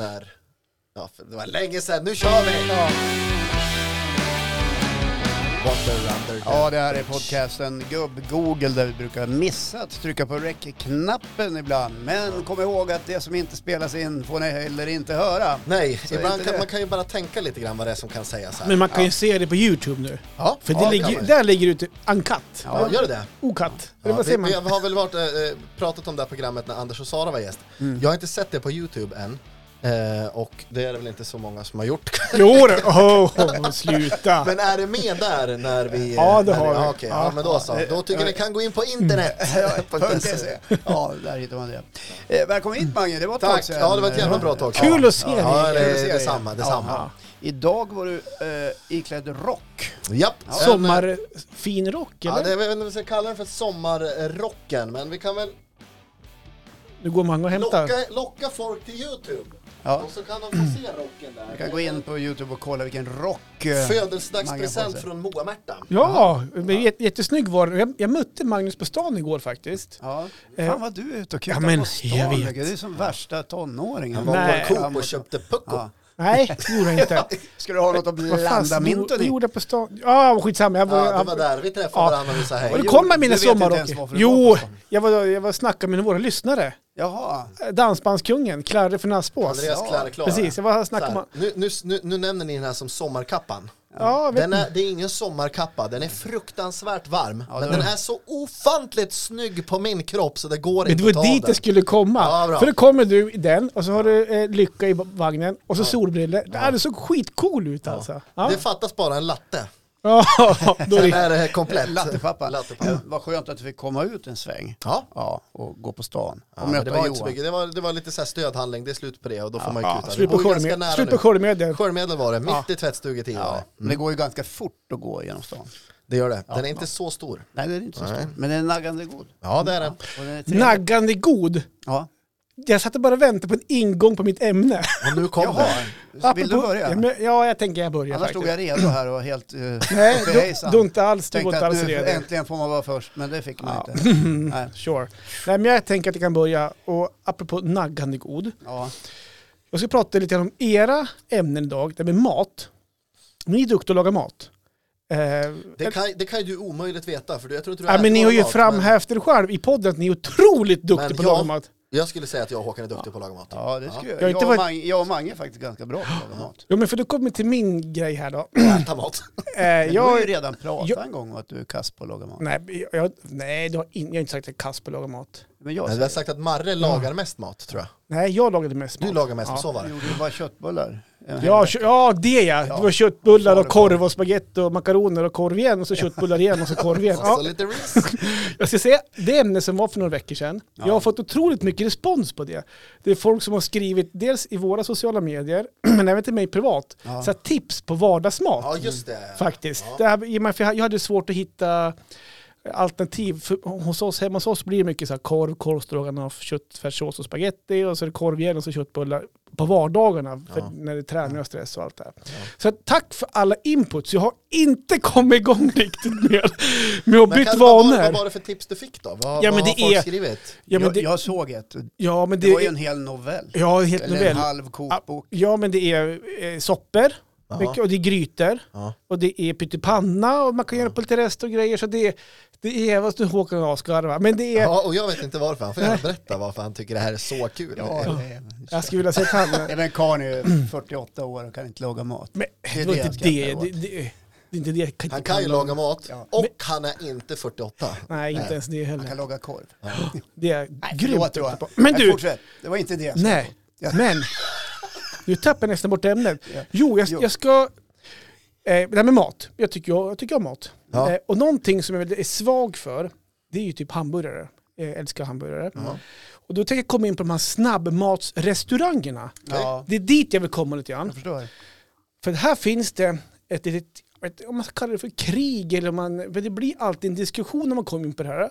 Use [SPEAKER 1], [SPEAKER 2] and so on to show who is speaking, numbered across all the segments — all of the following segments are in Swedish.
[SPEAKER 1] När, ja, för det var länge sedan. Nu kör vi!
[SPEAKER 2] Ja.
[SPEAKER 1] Water under the
[SPEAKER 2] Ja, det här är podcasten Gubb-Google där vi brukar missa att trycka på rec-knappen ibland. Men kom ihåg att det som inte spelas in får ni heller inte höra.
[SPEAKER 1] Nej, ibland
[SPEAKER 2] inte
[SPEAKER 1] kan,
[SPEAKER 2] det.
[SPEAKER 1] man kan ju bara tänka lite grann vad det är som kan sägas här.
[SPEAKER 3] Men man kan ju se det på Youtube nu.
[SPEAKER 1] ja,
[SPEAKER 3] För
[SPEAKER 1] ja,
[SPEAKER 3] det
[SPEAKER 1] kan
[SPEAKER 3] ligger,
[SPEAKER 1] man ju.
[SPEAKER 3] där ligger det typ ute uncut.
[SPEAKER 1] Ja, gör det det?
[SPEAKER 3] Ocut. Eller
[SPEAKER 1] Ja,
[SPEAKER 3] vad
[SPEAKER 1] vi,
[SPEAKER 3] säger man?
[SPEAKER 1] vi har väl varit, eh, eh, pratat om det här programmet när Anders och Sara var gäst.
[SPEAKER 3] Mm.
[SPEAKER 1] Jag har inte sett det på Youtube än. Eh, och det är det väl inte så många som har gjort.
[SPEAKER 3] Jo då. Oh, oh, sluta.
[SPEAKER 1] Men är det med där när vi... eh,
[SPEAKER 3] Ja, det
[SPEAKER 1] när
[SPEAKER 3] har
[SPEAKER 1] vi.
[SPEAKER 3] vi.
[SPEAKER 1] Ja, okej. ja,
[SPEAKER 3] Ja. Eh,
[SPEAKER 1] men då så. Då tycker jag ni kan gå in på internet.
[SPEAKER 2] .se. E. Ja, där hittar man det. Eh, välkommen hit Mange, det var ett tag
[SPEAKER 1] Tack!
[SPEAKER 2] sedan.
[SPEAKER 1] Ja, det var ett jävla bra tag.
[SPEAKER 3] Kul att se dig.
[SPEAKER 1] Ja, det,
[SPEAKER 2] Kul att se
[SPEAKER 1] det,
[SPEAKER 2] dig.
[SPEAKER 1] det är samma. Det är
[SPEAKER 2] Ja.
[SPEAKER 1] samma.
[SPEAKER 2] Idag var du eh, iklädd rock.
[SPEAKER 1] Japp. En, eh,
[SPEAKER 3] Sommarfin rock eller?
[SPEAKER 1] Ja, det, jag vet inte om vi ska kalla den för sommarrocken, men vi kan väl
[SPEAKER 3] Nu går man och hämtar.
[SPEAKER 1] locka, locka folk till Youtube.
[SPEAKER 2] Ja.
[SPEAKER 1] Och så kan de få se rocken där.
[SPEAKER 2] Du kan gå in på Youtube och kolla vilken rock... eh, Mange
[SPEAKER 1] Födelsedagspresent
[SPEAKER 2] Påse.
[SPEAKER 1] från Moa-Märta.
[SPEAKER 3] Ja, men jät- jättesnygg var den. Jag, jag mötte Magnus på stan igår faktiskt.
[SPEAKER 2] Ja.
[SPEAKER 3] Eh,
[SPEAKER 2] Fan vad du är ute och kutar
[SPEAKER 3] ja, men
[SPEAKER 2] på stan.
[SPEAKER 3] jag vet.
[SPEAKER 2] Micke. Du är som värsta tonåringen.
[SPEAKER 1] Han var
[SPEAKER 3] Nej.
[SPEAKER 1] på en Coop och köpte Pucko.
[SPEAKER 2] Ja.
[SPEAKER 3] Nej, det gjorde jag inte.
[SPEAKER 2] Ska du ha något att
[SPEAKER 3] Vad fan,
[SPEAKER 2] blanda mynten
[SPEAKER 3] det
[SPEAKER 2] i?
[SPEAKER 3] gjorde jag på stan. Ja, skitsamma. Jag var,
[SPEAKER 1] Ja, det var där vi träffade
[SPEAKER 3] Ja.
[SPEAKER 1] varandra och vi sa
[SPEAKER 3] Och
[SPEAKER 1] hej.
[SPEAKER 3] då kom med
[SPEAKER 2] Du
[SPEAKER 3] mina
[SPEAKER 2] vet inte ens
[SPEAKER 3] sommarrocker.
[SPEAKER 2] varför du var
[SPEAKER 3] Jo,
[SPEAKER 2] på stan.
[SPEAKER 3] jag var, jag var och snackade med våra lyssnare.
[SPEAKER 2] Jaha.
[SPEAKER 3] Eh, Dansbandskungen, Clarre från Aspås.
[SPEAKER 1] Andreas
[SPEAKER 2] Ja,
[SPEAKER 1] Klarre Klara.
[SPEAKER 3] Precis, jag var här och
[SPEAKER 1] Så
[SPEAKER 3] snackade
[SPEAKER 1] här,
[SPEAKER 3] med...
[SPEAKER 1] nu, nu, nu, nu nämner ni den här som sommarkappan.
[SPEAKER 3] Ja, jag vet
[SPEAKER 1] Den är, det är ingen sommarkappa, den är fruktansvärt varm.
[SPEAKER 2] Ja,
[SPEAKER 1] men
[SPEAKER 2] det-
[SPEAKER 1] den är så ofantligt snygg på min kropp så det går
[SPEAKER 3] Men det
[SPEAKER 1] inte att ta
[SPEAKER 3] var
[SPEAKER 1] av
[SPEAKER 3] dit det
[SPEAKER 1] den.
[SPEAKER 3] skulle komma.
[SPEAKER 1] Ja, bra.
[SPEAKER 3] För då kommer du i den och så har du eh, lycka i vagnen och så solbriller. Ja. Det såg skitcool ut alltså. Ja,
[SPEAKER 1] Det fattas bara en latte.
[SPEAKER 3] ja. då är
[SPEAKER 1] Den
[SPEAKER 3] det.
[SPEAKER 1] är eh, komplett.
[SPEAKER 2] Lattepappa.
[SPEAKER 1] Lattepappa.
[SPEAKER 2] Vad skönt att du fick komma ut en sväng.
[SPEAKER 1] Ja.
[SPEAKER 2] Ja, och gå på stan. Och
[SPEAKER 1] Ja, men
[SPEAKER 2] möta
[SPEAKER 1] det, var inte så
[SPEAKER 2] Johan.
[SPEAKER 1] mycket. Det, var, det var lite så här stödhandling, det är slut på det och då får man ju
[SPEAKER 3] Ja,
[SPEAKER 1] kuta.
[SPEAKER 3] slut på
[SPEAKER 1] Vi bor ju ganska
[SPEAKER 3] Skölmed-
[SPEAKER 1] nära
[SPEAKER 3] slut
[SPEAKER 1] nu.
[SPEAKER 3] på Skölmedel.
[SPEAKER 1] Skölmedel var det, mitt
[SPEAKER 3] Ja.
[SPEAKER 1] i tvättstugetiden.
[SPEAKER 2] Ja, men det går ju ganska fort att gå genom stan.
[SPEAKER 1] Det gör det. Den är inte så stor.
[SPEAKER 2] Nej, det är inte så stort. Men den är naggande god.
[SPEAKER 1] Ja, det är den.
[SPEAKER 2] Och den är trevlig.
[SPEAKER 3] Naggande god.
[SPEAKER 2] Ja.
[SPEAKER 3] Jag satt och bara väntade på en ingång på mitt ämne.
[SPEAKER 1] Och nu kom
[SPEAKER 2] Jaha,
[SPEAKER 1] den.
[SPEAKER 2] vill du
[SPEAKER 3] Apropå-
[SPEAKER 2] börja?
[SPEAKER 3] Ja, men- Ja, jag tänker jag börjar
[SPEAKER 2] Annars
[SPEAKER 3] faktiskt.
[SPEAKER 2] stod jag redo här och var helt uh,
[SPEAKER 3] Nej, du- du är inte alls- du var
[SPEAKER 2] Tänkte
[SPEAKER 3] inte
[SPEAKER 2] att
[SPEAKER 3] alls
[SPEAKER 2] nu
[SPEAKER 3] redo.
[SPEAKER 2] äntligen får man vara först, men det fick man
[SPEAKER 3] Ja.
[SPEAKER 2] inte. Nej.
[SPEAKER 3] Sure. Nej, men jag tänker att jag kan börja. Och apropå naggande god.
[SPEAKER 2] Ja.
[SPEAKER 3] Jag ska prata lite om era ämnen idag, det här med mat. Ni är duktiga att laga mat. Eh,
[SPEAKER 1] Det kan, det kan ju du omöjligt veta för du- jag tror inte du
[SPEAKER 3] Ja,
[SPEAKER 1] äter
[SPEAKER 3] men ni har ju
[SPEAKER 1] någon mat, men
[SPEAKER 3] framhävt er själv i podden att ni är otroligt
[SPEAKER 1] Men
[SPEAKER 3] duktiga på att
[SPEAKER 1] jag-
[SPEAKER 3] laga mat.
[SPEAKER 1] Jag skulle säga att jag och Håkan är duktiga på att laga mat.
[SPEAKER 2] Ja, det skulle jag.
[SPEAKER 3] Jag har
[SPEAKER 2] Jag,
[SPEAKER 3] inte
[SPEAKER 2] och
[SPEAKER 3] varit-
[SPEAKER 2] Mange, jag och Mange är faktiskt ganska bra på att laga mat.
[SPEAKER 3] Jo men för då kommer vi till min grej här då.
[SPEAKER 1] Och äta mat.
[SPEAKER 3] Eh,
[SPEAKER 2] Men du har ju
[SPEAKER 3] jag,
[SPEAKER 2] redan pratat
[SPEAKER 3] jag-
[SPEAKER 2] en gång om att du är kass på att laga mat.
[SPEAKER 3] nej, jag, nej du har in, jag har inte sagt att jag är kass på att laga mat.
[SPEAKER 2] Men jag
[SPEAKER 1] Men
[SPEAKER 2] säger
[SPEAKER 1] Vi har sagt att Marre lagar mest mat tror jag.
[SPEAKER 3] Nej, jag lagade mest
[SPEAKER 1] Du
[SPEAKER 3] mat.
[SPEAKER 1] lagar mest,
[SPEAKER 3] ja.
[SPEAKER 1] och så var
[SPEAKER 2] Du
[SPEAKER 1] det.
[SPEAKER 2] gjorde ju bara köttbullar.
[SPEAKER 3] Ja, kö- ja, det ja.
[SPEAKER 2] Ja.
[SPEAKER 3] Det var köttbullar
[SPEAKER 2] Och
[SPEAKER 3] och korv och spagetti och makaroner och korv igen och så köttbullar igen och så korv igen.
[SPEAKER 1] Och så
[SPEAKER 3] Ja,
[SPEAKER 1] lite ris.
[SPEAKER 3] jag ska säga, det ämne som var för några veckor sedan, jag har fått otroligt mycket respons på det. Det är folk som har skrivit, dels i våra sociala medier, men även till mig privat,
[SPEAKER 2] Ja.
[SPEAKER 3] så här, tips på vardagsmat.
[SPEAKER 1] Ja, just det.
[SPEAKER 3] faktiskt. Det här, i och med- för jag jag hade svårt att hitta alternativ. För hos oss, hemma hos oss blir det mycket så här korv, korv, stroganoff, köttfärssås och spaghetti och så är det korv igen och så köttbullar på vardagarna för
[SPEAKER 1] Ja.
[SPEAKER 3] när det är träning och stress och allt det här. Så att tack för alla inputs. Jag har inte kommit igång riktigt med, med att
[SPEAKER 1] Men
[SPEAKER 3] byta
[SPEAKER 1] kan du- vad var- Vad
[SPEAKER 3] vanor.
[SPEAKER 1] var det för tips du fick då? Vad,
[SPEAKER 3] Ja,
[SPEAKER 1] vad
[SPEAKER 3] men
[SPEAKER 1] har
[SPEAKER 3] det
[SPEAKER 1] folk
[SPEAKER 3] är-
[SPEAKER 1] skrivit?
[SPEAKER 3] Ja men
[SPEAKER 2] jag,
[SPEAKER 3] det,
[SPEAKER 2] jag såg ett.
[SPEAKER 3] ja, men
[SPEAKER 2] Det var ju
[SPEAKER 3] det,
[SPEAKER 2] en hel novell.
[SPEAKER 3] ja, helt
[SPEAKER 2] Eller en
[SPEAKER 3] novell.
[SPEAKER 2] halv kokbok.
[SPEAKER 3] Ja men det är eh, soppor mycket, och det är grytor.
[SPEAKER 1] Ja.
[SPEAKER 3] Och det är pyttipanna och man kan göra på lite rest och grejer. Så det är, det är vad du Håkan och jag skarvar. Men det är,
[SPEAKER 1] Ja, och jag vet inte varför. Han får gärna berätta varför han tycker det här är så kul.
[SPEAKER 2] Ja, det är-
[SPEAKER 3] jag skulle vilja säga att han,
[SPEAKER 2] Ja, men karln är ju 48 år och kan inte laga mat.
[SPEAKER 3] men
[SPEAKER 2] det är
[SPEAKER 3] det var
[SPEAKER 2] det jag
[SPEAKER 3] inte det.
[SPEAKER 2] skrattar
[SPEAKER 3] Det, det, det är inte det. jag
[SPEAKER 1] Han kan ju laga mat
[SPEAKER 2] Ja.
[SPEAKER 1] och han är inte 48.
[SPEAKER 3] Nej, inte ens det
[SPEAKER 2] Han kan
[SPEAKER 3] heller.
[SPEAKER 2] laga korv.
[SPEAKER 3] Det är
[SPEAKER 2] Förlåt,
[SPEAKER 3] grymt
[SPEAKER 2] Johan.
[SPEAKER 3] duktig på. Men
[SPEAKER 2] Nej,
[SPEAKER 3] du,
[SPEAKER 2] Fortsätt. Det var inte det jag sa.
[SPEAKER 3] nej, men. Nu tappar jag nästan bort ämnet. Jo, jag,
[SPEAKER 2] Jo.
[SPEAKER 3] jag ska... Eh, det här med mat. Jag tycker, jag, jag tycker om mat.
[SPEAKER 1] Ja.
[SPEAKER 3] Eh, och någonting som jag väl är svag för, det är ju typ hamburgare. Jag älskar hamburgare. Och då tänker jag komma in på de här snabbmatsrestaurangerna.
[SPEAKER 2] Ja,
[SPEAKER 3] Det är dit jag vill komma lite grann.
[SPEAKER 2] jag förstår.
[SPEAKER 3] För här finns det ett litet, ett, om man ska kalla det för krig, eller om man, men det blir alltid en diskussion när man kommer in på det här.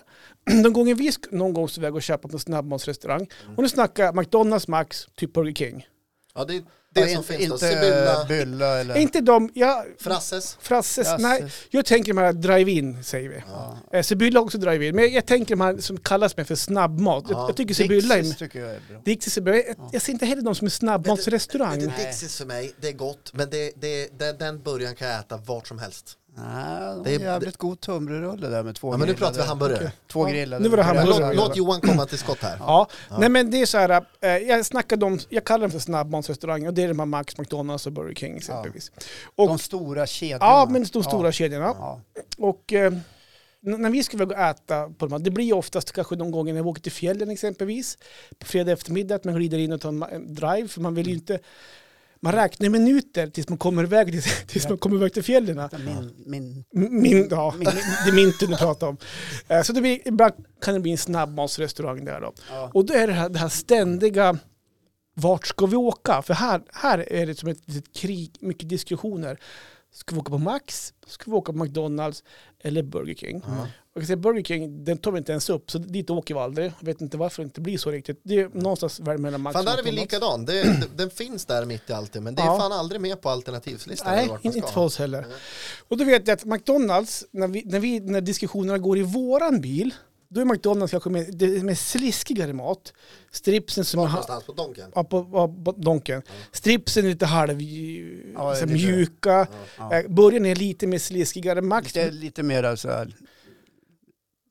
[SPEAKER 3] De gånger vi sk- någon gång så väg och köpa på en snabbmatsrestaurang, och nu snackar jag McDonalds, Max, typ Burger King.
[SPEAKER 1] Ja, det är det
[SPEAKER 2] Ja,
[SPEAKER 1] som
[SPEAKER 2] inte-
[SPEAKER 1] finns då.
[SPEAKER 2] Inte
[SPEAKER 1] Sibylla,
[SPEAKER 2] Bylla eller...
[SPEAKER 3] Inte de, ja,
[SPEAKER 1] Frasses.
[SPEAKER 3] Frasses,
[SPEAKER 2] Jasses.
[SPEAKER 3] nej. Jag tänker de här drive-in, säger vi.
[SPEAKER 2] Ja.
[SPEAKER 3] Eh, Sibylla har också drive-in, men jag tänker de här som kallas med för snabbmat. Jag,
[SPEAKER 1] Ja.
[SPEAKER 3] jag tycker Sibylla är...
[SPEAKER 2] Dixis tycker jag är bra.
[SPEAKER 3] Dixie Sibylla, jag, jag ser inte heller de som är snabbmatsrestaurang.
[SPEAKER 1] Vet du,
[SPEAKER 2] Nej.
[SPEAKER 1] Dixis för mig, det är gott, men det, det, den, den burgaren kan jag äta vart som helst.
[SPEAKER 2] Nej,
[SPEAKER 1] Det
[SPEAKER 2] det
[SPEAKER 1] är-
[SPEAKER 2] är jävligt god tunnbrödsrulle där med två
[SPEAKER 1] Ja, men nu
[SPEAKER 2] grillade-
[SPEAKER 1] pratar vi hamburgare.
[SPEAKER 2] Två
[SPEAKER 3] Ja,
[SPEAKER 2] grillade.
[SPEAKER 3] nu var det
[SPEAKER 2] och
[SPEAKER 3] hamburgare.
[SPEAKER 2] grillade.
[SPEAKER 1] Låt, låt Johan komma till skott här.
[SPEAKER 3] Ja. nej men det är så här, eh, jag snackade om, jag kallar dem för snabbmatsrestaurang och det är de här Max, McDonalds och Burger King exempelvis. Och,
[SPEAKER 2] De stora kedjorna.
[SPEAKER 3] ja, men de stora kedjorna.
[SPEAKER 2] Ja.
[SPEAKER 3] Och eh, n- när vi skulle gå och äta på de här, det blir ju oftast kanske de gånger när vi åker till fjällen exempelvis, på fredag eftermiddag, att man glider in och tar en ma- en drive, för man vill ju inte, man räknar minuter tills man kommer iväg, tills, tills man kommer iväg till fjällen. M-
[SPEAKER 2] Ja. Min, min,
[SPEAKER 3] Min, ja,
[SPEAKER 2] Min-
[SPEAKER 3] det är minten du pratar om. Eh, Så det blir, ibland kan det bli en snabbmatsrestaurang där då.
[SPEAKER 2] ja.
[SPEAKER 3] Och då är det här, det här ständiga, vart ska vi åka? För här, här är det som ett litet krig, mycket diskussioner. Ska vi åka på Max? Ska vi åka på McDonalds? Eller Burger King?
[SPEAKER 1] Ja.
[SPEAKER 3] Och jag säger, Burger King, den tar vi inte ens upp, så dit åker vi aldrig. Jag vet inte varför det inte blir så riktigt. Det är någonstans väl mellan Max
[SPEAKER 1] Fan, där är vi
[SPEAKER 3] McDonald's.
[SPEAKER 1] likadan. Det, det, den finns där mitt i alltid, men det är
[SPEAKER 3] Ja.
[SPEAKER 1] fan aldrig med på alternativslistan. eller
[SPEAKER 3] Nej,
[SPEAKER 1] vart man ska.
[SPEAKER 3] inte för oss heller. Och då vet jag att McDonalds, när, vi, när, vi, när diskussionerna går i våran bil, då är McDonalds kanske med, det är med sliskigare mat. Stripsen som
[SPEAKER 1] Vart
[SPEAKER 3] är ha-
[SPEAKER 1] någonstans på Donken?
[SPEAKER 3] Ja, på, på, på donken. Stripsen är lite halv, ja,
[SPEAKER 2] Ja,
[SPEAKER 3] så
[SPEAKER 2] lite.
[SPEAKER 3] mjuka.
[SPEAKER 2] Ja.
[SPEAKER 3] Eh, Början är lite mer sliskigare. Max,
[SPEAKER 2] Lite, lite mer så här,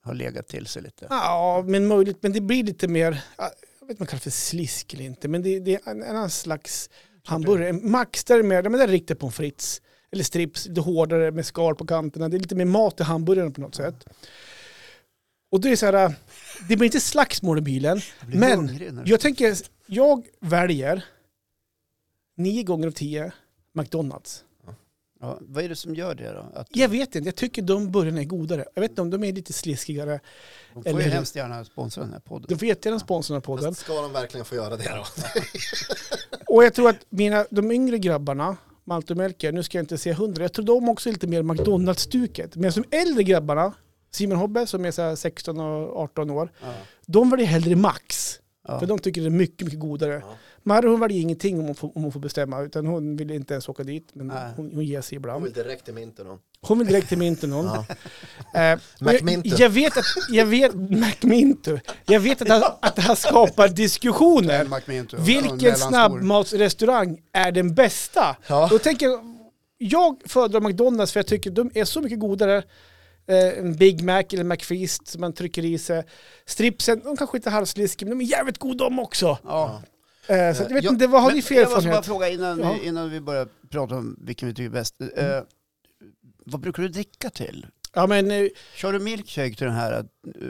[SPEAKER 2] har legat till sig lite.
[SPEAKER 3] ja, men möjligt. Men det blir lite mer, ja, jag vet inte om man kallar det för slisk eller inte, men det, det är en en annan slags hamburgare. Max, där är mer, ja, men där är riktigt pommes frites. Eller strips, lite hårdare med skal på kanterna. Det är lite mer mat i hamburgaren på något sätt. Och det är så här, eh, det blir inte slagsmål i bilen.
[SPEAKER 2] Jag blir
[SPEAKER 3] men-
[SPEAKER 2] hungrig när du-
[SPEAKER 3] Jag tänker, jag väljer nio gånger av tio McDonalds.
[SPEAKER 2] Ja, vad är det som gör det då? Att
[SPEAKER 3] Jag vet inte, jag tycker de burgarna är godare. Jag vet inte om de är lite sliskigare.
[SPEAKER 2] de får
[SPEAKER 3] eller-
[SPEAKER 2] ju hemskt gärna sponsra den här
[SPEAKER 3] De
[SPEAKER 2] podden.
[SPEAKER 3] får jättegärna sponsra den här podden.
[SPEAKER 1] Fast Ska de verkligen få göra det då?
[SPEAKER 3] Och jag tror att mina, de yngre grabbarna, Malte och Melker, nu ska jag inte säga hundra, jag tror de också är lite mer McDonalds-stuket. Men som äldre grabbarna, Simon Hobbe som är så här 16 och 18 år,
[SPEAKER 2] Ja.
[SPEAKER 3] de väljer hellre Max.
[SPEAKER 2] Ja.
[SPEAKER 3] För de tycker det är mycket, mycket godare.
[SPEAKER 1] Ja.
[SPEAKER 3] Marre hon väljer ingenting om hon, får, om hon får bestämma, utan hon vill inte ens åka dit. Men
[SPEAKER 2] Nej.
[SPEAKER 3] hon, hon ger sig
[SPEAKER 1] De
[SPEAKER 3] ibland.
[SPEAKER 1] vill direkt till Minton.
[SPEAKER 3] Hon vill direkt till Mintonon.
[SPEAKER 1] Ja.
[SPEAKER 3] Eh, och jag,
[SPEAKER 1] McMinto.
[SPEAKER 3] jag vet att, jag vet, McMinto. Jag vet att det, här, att det här skapar diskussioner.
[SPEAKER 2] McMinto,
[SPEAKER 3] Vilken snabbmatsrestaurang är den bästa?
[SPEAKER 1] Ja.
[SPEAKER 3] Då tänker jag, jag föredrar McDonalds för jag tycker de är så mycket godare. Eh, en Big Mac eller McFeast som man trycker i sig. Stripsen, de kanske inte är halvsliskiga men de är jävligt goda de också.
[SPEAKER 2] Ja.
[SPEAKER 3] Eh, så att jag vet
[SPEAKER 1] Ja,
[SPEAKER 3] inte, vad har ni för
[SPEAKER 2] Jag måste bara
[SPEAKER 3] erfarenhet?
[SPEAKER 2] fråga innan,
[SPEAKER 3] Ja. Mm.
[SPEAKER 2] vi, innan vi börjar prata om vilken vi tycker är bäst. Eh, vad brukar du dricka till?
[SPEAKER 3] Ja, men, eh,
[SPEAKER 2] Kör du milkshake till den här eh,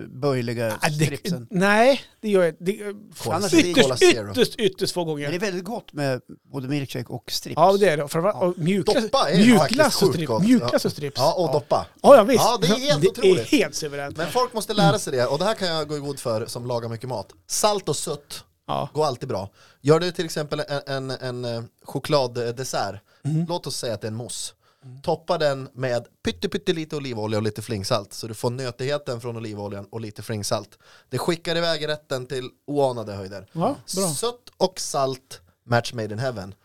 [SPEAKER 2] böjliga
[SPEAKER 3] ah, det,
[SPEAKER 2] stripsen?
[SPEAKER 3] nej, det gör jag det,
[SPEAKER 1] Cola,
[SPEAKER 2] Annars är det-
[SPEAKER 1] Cola
[SPEAKER 3] ytterst,
[SPEAKER 1] Zero.
[SPEAKER 3] ytterst, ytterst få gånger.
[SPEAKER 2] Men det är väldigt gott med både milkshake och strips.
[SPEAKER 3] Ja, det är det. Framförallt
[SPEAKER 2] Ja.
[SPEAKER 3] och mjukglass
[SPEAKER 1] Doppa är
[SPEAKER 3] mjukglass
[SPEAKER 1] faktiskt
[SPEAKER 3] och
[SPEAKER 1] sjukt
[SPEAKER 3] strips.
[SPEAKER 1] gott.
[SPEAKER 3] Mjukglass och strips.
[SPEAKER 1] Ja, och doppa.
[SPEAKER 3] Ja, ja, visst.
[SPEAKER 1] Ja, det är helt
[SPEAKER 3] Det är
[SPEAKER 1] otroligt.
[SPEAKER 3] helt suveränt.
[SPEAKER 1] Men folk måste lära sig det, och det här kan jag gå i god för som lagar mycket mat. Salt och sött
[SPEAKER 3] Ja.
[SPEAKER 1] går alltid bra. Gör du till exempel en, en, en eh, chokladdessert,
[SPEAKER 3] Mm.
[SPEAKER 1] låt oss säga att det är en mousse. Toppa den med pytte, pytte lite olivolja och lite flingsalt så du får nötigheten från olivoljan och lite flingsalt. Det skickar iväg rätten till oanade höjder.
[SPEAKER 3] Ja, bra.
[SPEAKER 1] Sött och salt, match made in heaven.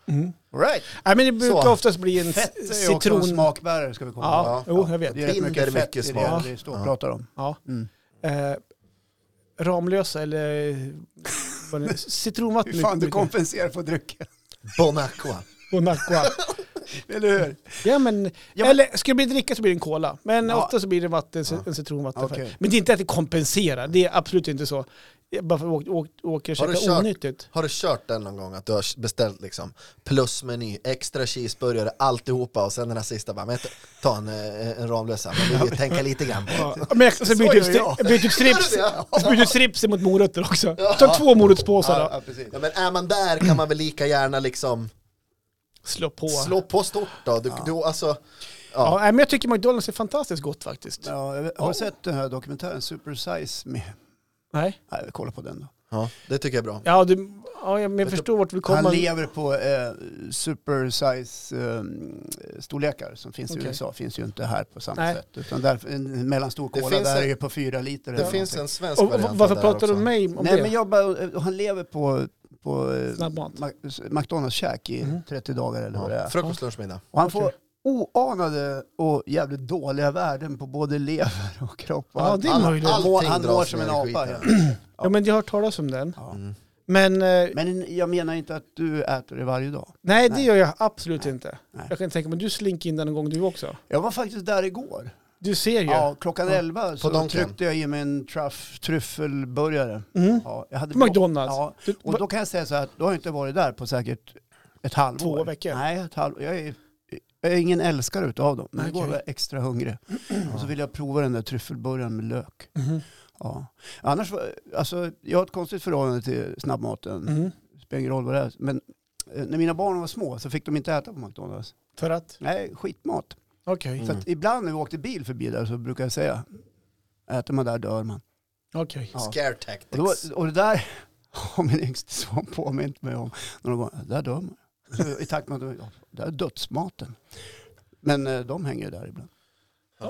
[SPEAKER 2] All right.
[SPEAKER 3] Nej, men det brukar
[SPEAKER 1] Så.
[SPEAKER 3] oftast bli en
[SPEAKER 2] Fett är ju också en
[SPEAKER 3] citron...
[SPEAKER 2] smakbärare ska vi komma ihåg.
[SPEAKER 3] Ja,
[SPEAKER 1] Ja,
[SPEAKER 3] jo, jag vet.
[SPEAKER 2] Det är rätt
[SPEAKER 1] Binder
[SPEAKER 2] mycket fett
[SPEAKER 1] mycket
[SPEAKER 2] i
[SPEAKER 1] smak.
[SPEAKER 2] det vi står och pratar om.
[SPEAKER 3] Ja.
[SPEAKER 2] Mm.
[SPEAKER 3] Eh, Ramlösa eller... vad det- Citronvatten.
[SPEAKER 2] Hur fan du
[SPEAKER 3] mycket.
[SPEAKER 2] kompenserar på drycken,
[SPEAKER 1] Bon aqua.
[SPEAKER 3] Och Nacka.
[SPEAKER 2] eller hur?
[SPEAKER 3] Ja, men...
[SPEAKER 2] Ja, men-
[SPEAKER 3] Eller ska det bli dricka så blir det en cola. Men
[SPEAKER 2] Ja.
[SPEAKER 3] ofta så blir det vatten, en citronvatten.
[SPEAKER 2] Okej.
[SPEAKER 3] Men det är inte att det kompenserar. Det är absolut inte så. Jag Bara för att åka, åka, åka och
[SPEAKER 1] Har du
[SPEAKER 3] käka
[SPEAKER 1] kört?
[SPEAKER 3] onyttigt.
[SPEAKER 1] Har du kört den någon gång att du har beställt liksom plusmeny, extra cheeseburgare, alltihopa och sen den här sista bara, men jag ta en, eh, en Ramlösa, man vill ju tänka lite gran på det.
[SPEAKER 3] Ja, Men jag, så byter
[SPEAKER 2] gör
[SPEAKER 3] ut stri-
[SPEAKER 2] jag.
[SPEAKER 3] byter ut strips,
[SPEAKER 1] Ja.
[SPEAKER 3] byter ut strips mot morötter också. Ta två morotspåsar då.
[SPEAKER 2] Ja, precis.
[SPEAKER 1] Ja men är man där kan man väl lika gärna liksom
[SPEAKER 3] Slå på.
[SPEAKER 1] slå på stort då. Du, du, alltså,
[SPEAKER 3] Ja, nej, men jag tycker McDonalds är fantastiskt gott faktiskt.
[SPEAKER 2] Ja, jag vet-
[SPEAKER 1] Oh.
[SPEAKER 2] har du sett den här dokumentären Super Size Me?
[SPEAKER 3] Nej.
[SPEAKER 2] Nej, vi kollar på den då.
[SPEAKER 1] ja, det tycker jag är bra.
[SPEAKER 3] Ja, du, ja, jag- men jag
[SPEAKER 1] du,
[SPEAKER 3] förstår vart vi
[SPEAKER 2] Han
[SPEAKER 3] kommer.
[SPEAKER 2] lever på eh, super size eh, storlekar som finns i
[SPEAKER 3] Okej.
[SPEAKER 2] USA. Finns ju inte här på samma
[SPEAKER 3] Nej.
[SPEAKER 2] sätt. Utan där, en mellanstor
[SPEAKER 1] Det
[SPEAKER 2] cola
[SPEAKER 1] finns
[SPEAKER 2] där
[SPEAKER 1] en-
[SPEAKER 2] är ju på fyra liter.
[SPEAKER 1] Det
[SPEAKER 2] eller
[SPEAKER 1] finns
[SPEAKER 2] någonting.
[SPEAKER 1] en svensk
[SPEAKER 3] Och, och,
[SPEAKER 1] variant av
[SPEAKER 3] varför
[SPEAKER 1] det här
[SPEAKER 3] pratar du
[SPEAKER 1] också.
[SPEAKER 3] med mig om
[SPEAKER 2] Nej
[SPEAKER 3] det?
[SPEAKER 2] men jag bara, och han eh, lever på på eh,
[SPEAKER 3] Snabbmat.
[SPEAKER 2] Ma- McDonalds-käk i
[SPEAKER 3] Mm.
[SPEAKER 2] 30 dagar eller vad det
[SPEAKER 1] Ja,
[SPEAKER 2] är.
[SPEAKER 1] frukost, lunch, middag.
[SPEAKER 2] Och han får oanade och jävligt dåliga värden på både lever och kropp. Och
[SPEAKER 3] Ja,
[SPEAKER 2] allt.
[SPEAKER 3] det är
[SPEAKER 2] Han-
[SPEAKER 3] möjligt.
[SPEAKER 2] Han, mår-
[SPEAKER 1] Allting
[SPEAKER 2] han
[SPEAKER 1] dras
[SPEAKER 2] mår som en
[SPEAKER 1] ner i
[SPEAKER 2] apa.
[SPEAKER 1] skiten.
[SPEAKER 2] ja.
[SPEAKER 3] Ja, men jag har hört talas om den.
[SPEAKER 2] Ja.
[SPEAKER 1] Mm.
[SPEAKER 3] Men eh,
[SPEAKER 2] Men jag menar inte att du äter det varje dag.
[SPEAKER 3] nej, det
[SPEAKER 2] Nej.
[SPEAKER 3] gör jag absolut
[SPEAKER 2] Nej.
[SPEAKER 3] inte.
[SPEAKER 2] Nej.
[SPEAKER 3] Jag kan tänka mig, du slinker in den en gång du också.
[SPEAKER 2] Jag var faktiskt där igår.
[SPEAKER 3] Du ser ju.
[SPEAKER 2] Ja, klockan
[SPEAKER 3] Ja.
[SPEAKER 2] 11 så
[SPEAKER 1] Donken.
[SPEAKER 2] tryckte jag i mig en truff, tryffelburgare.
[SPEAKER 3] Mm.
[SPEAKER 2] Ja, jag hade
[SPEAKER 3] På McDonalds.
[SPEAKER 2] Ja,
[SPEAKER 3] Du,
[SPEAKER 2] och då kan jag säga så här att då har jag inte varit där på säkert ett halvår.
[SPEAKER 3] Två veckor.
[SPEAKER 2] Nej, ett halvår. Jag är, jag är ingen älskare utav dem, men igår
[SPEAKER 3] Okej.
[SPEAKER 2] var jag extra hungrig. Och så ville jag prova den där tryffelburgaren med lök.
[SPEAKER 3] Mhm.
[SPEAKER 2] Ja. Annars, var- alltså, jag har ett konstigt förhållande till snabbmaten.
[SPEAKER 3] Mhm.
[SPEAKER 2] Spelar ingen roll vad det är. Men eh, när mina barn var små så fick de inte äta på McDonalds.
[SPEAKER 3] För att?
[SPEAKER 2] Nej, skitmat.
[SPEAKER 3] Okej.
[SPEAKER 1] Mm.
[SPEAKER 2] Så att ibland när vi åkte bil förbi där så brukar jag säga, äter man där dör man.
[SPEAKER 3] Okej.
[SPEAKER 2] Ja.
[SPEAKER 1] Scare
[SPEAKER 2] Och, då,
[SPEAKER 1] tactics.
[SPEAKER 2] och det där har min yngste son påmint mig om några gånger. Där dör man. Så I takt med att de- där är dödsmaten. Men eh, de hänger ju där ibland.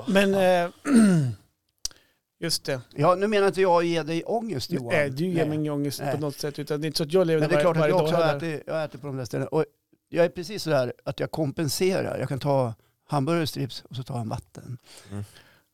[SPEAKER 3] Men eh, just det.
[SPEAKER 2] Ja, nu menar inte jag att ge dig ångest Johan.
[SPEAKER 3] Nej, du ger
[SPEAKER 2] Nej.
[SPEAKER 3] mig ingen ångest
[SPEAKER 2] Nej.
[SPEAKER 3] på något sätt. Utan det är inte så att jag lever
[SPEAKER 2] Men det är
[SPEAKER 3] var-
[SPEAKER 2] klart att
[SPEAKER 3] varje
[SPEAKER 2] jag
[SPEAKER 3] dag
[SPEAKER 2] också
[SPEAKER 3] heller.
[SPEAKER 2] äter, jag äter på de där ställena. Och jag är precis sådär att jag kompenserar. Jag kan ta hamburgare, strips och så tar jag en vatten.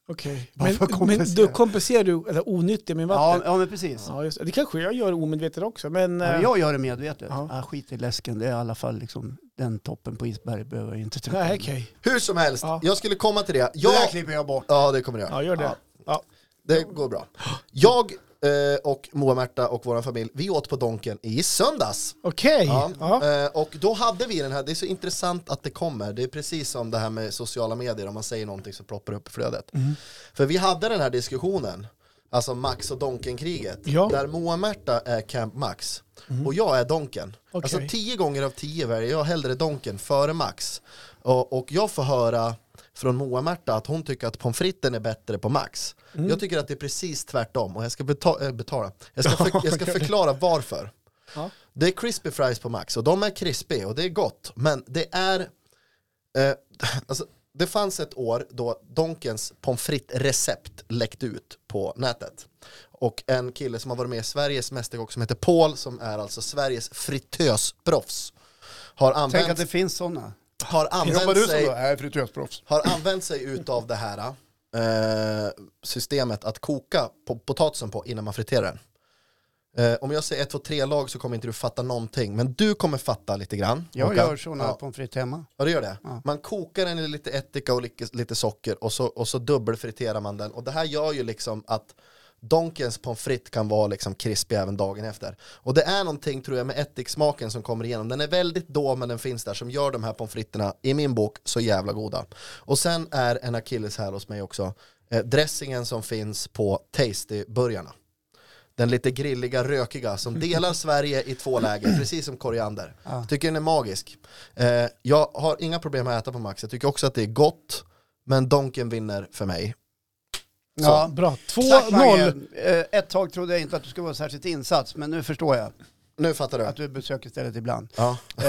[SPEAKER 3] Okej.
[SPEAKER 2] Bara för att
[SPEAKER 3] Men, men
[SPEAKER 2] kompensera.
[SPEAKER 3] då kompenserar du eller onyttig med
[SPEAKER 2] Ja,
[SPEAKER 3] vatten?
[SPEAKER 2] ja, men precis.
[SPEAKER 3] Ja, just det. Det kanske jag gör omedvetet också. Men, eh,
[SPEAKER 2] Ja, men jag gör det medvetet.
[SPEAKER 3] Ja.
[SPEAKER 2] Ah, skit i läsken, det är i alla fall liksom den toppen på isberget behöver jag inte trycka.
[SPEAKER 3] Nej,
[SPEAKER 2] in.
[SPEAKER 3] okej.
[SPEAKER 1] Hur som helst,
[SPEAKER 3] Ja.
[SPEAKER 1] jag skulle komma till det.
[SPEAKER 2] Det där
[SPEAKER 1] Jag...
[SPEAKER 2] klipper jag bort.
[SPEAKER 1] Ja, det kommer jag göra.
[SPEAKER 3] Ja, gör det.
[SPEAKER 2] Ja.
[SPEAKER 1] Det går bra. Jag eh, och Moa Märta och vår familj, vi åt på Donken i söndags.
[SPEAKER 3] Okej.
[SPEAKER 1] Ja.
[SPEAKER 3] Ja.
[SPEAKER 1] Eh, Och då hade vi den här, det är så intressant att det kommer, det är precis som det här med sociala medier, om man säger någonting så ploppar det upp i flödet.
[SPEAKER 3] Mm.
[SPEAKER 1] För vi hade den här diskussionen, alltså Max och Donken-kriget,
[SPEAKER 3] Ja. Mm.
[SPEAKER 1] där Moa Märta är Camp Max och jag är Donken.
[SPEAKER 3] Okej.
[SPEAKER 1] Alltså tio gånger av tio väljer jag hellre Donken före Max. Och, och jag får höra från Moa Märta att hon tycker att pommes fritesen är bättre på Max.
[SPEAKER 3] Mm.
[SPEAKER 1] Jag tycker att det är precis tvärtom och jag ska beta- eh, betala. Jag ska, för- jag ska förklara varför.
[SPEAKER 3] Ja.
[SPEAKER 1] Det är crispy fries på Max och de är crispy och det är gott. Men det är, eh, alltså, det fanns ett år då Donkens pommes frites-recept läckte ut på nätet. Och en kille som har varit med i Sveriges Mästerkock som heter Paul, som är alltså Sveriges fritösproffs, har
[SPEAKER 2] Tänk att det
[SPEAKER 1] använt,
[SPEAKER 2] finns sådana.
[SPEAKER 1] har använt sig
[SPEAKER 2] Nej, fritösproffs.
[SPEAKER 1] har använt sig utav det här eh, systemet att koka po- potatisen på innan man friterar den. Eh, om jag säger ett, två, tre lag så kommer inte du fatta någonting, men du kommer fatta lite grann.
[SPEAKER 2] Jag
[SPEAKER 1] Håkan.
[SPEAKER 2] gör sådana
[SPEAKER 1] Ja,
[SPEAKER 2] pommes frites hemma.
[SPEAKER 1] ja, du gör det.
[SPEAKER 2] Ja.
[SPEAKER 1] Man kokar den i lite ättika och lite, lite socker och så, och så dubbelfriterar man den. Och det här gör ju liksom att Donkens pommes frites kan vara liksom krispig även dagen efter. Och det är någonting tror jag med ättiksmaken som kommer igenom. Den är väldigt då men den finns där som gör de här pommes fritterna i min bok så jävla goda. Och sen är en akilles här hos mig också eh, dressingen som finns på tasty-burgarna. Den lite grilliga, rökiga som delar Sverige i två läger, precis som koriander.
[SPEAKER 2] Ja.
[SPEAKER 1] Tycker den är magisk. Eh, jag har inga problem med att äta på Max, jag tycker också att det är gott, men Donken vinner för mig.
[SPEAKER 2] Ja.
[SPEAKER 3] Bra.
[SPEAKER 2] Tack
[SPEAKER 3] 2-0.
[SPEAKER 2] Mange. Eh, Ett tag trodde jag inte att du skulle vara särskilt insatt, men nu förstår jag
[SPEAKER 1] Nu fattar du.
[SPEAKER 2] att du besöker stället ibland.
[SPEAKER 1] Ja.
[SPEAKER 2] Eh,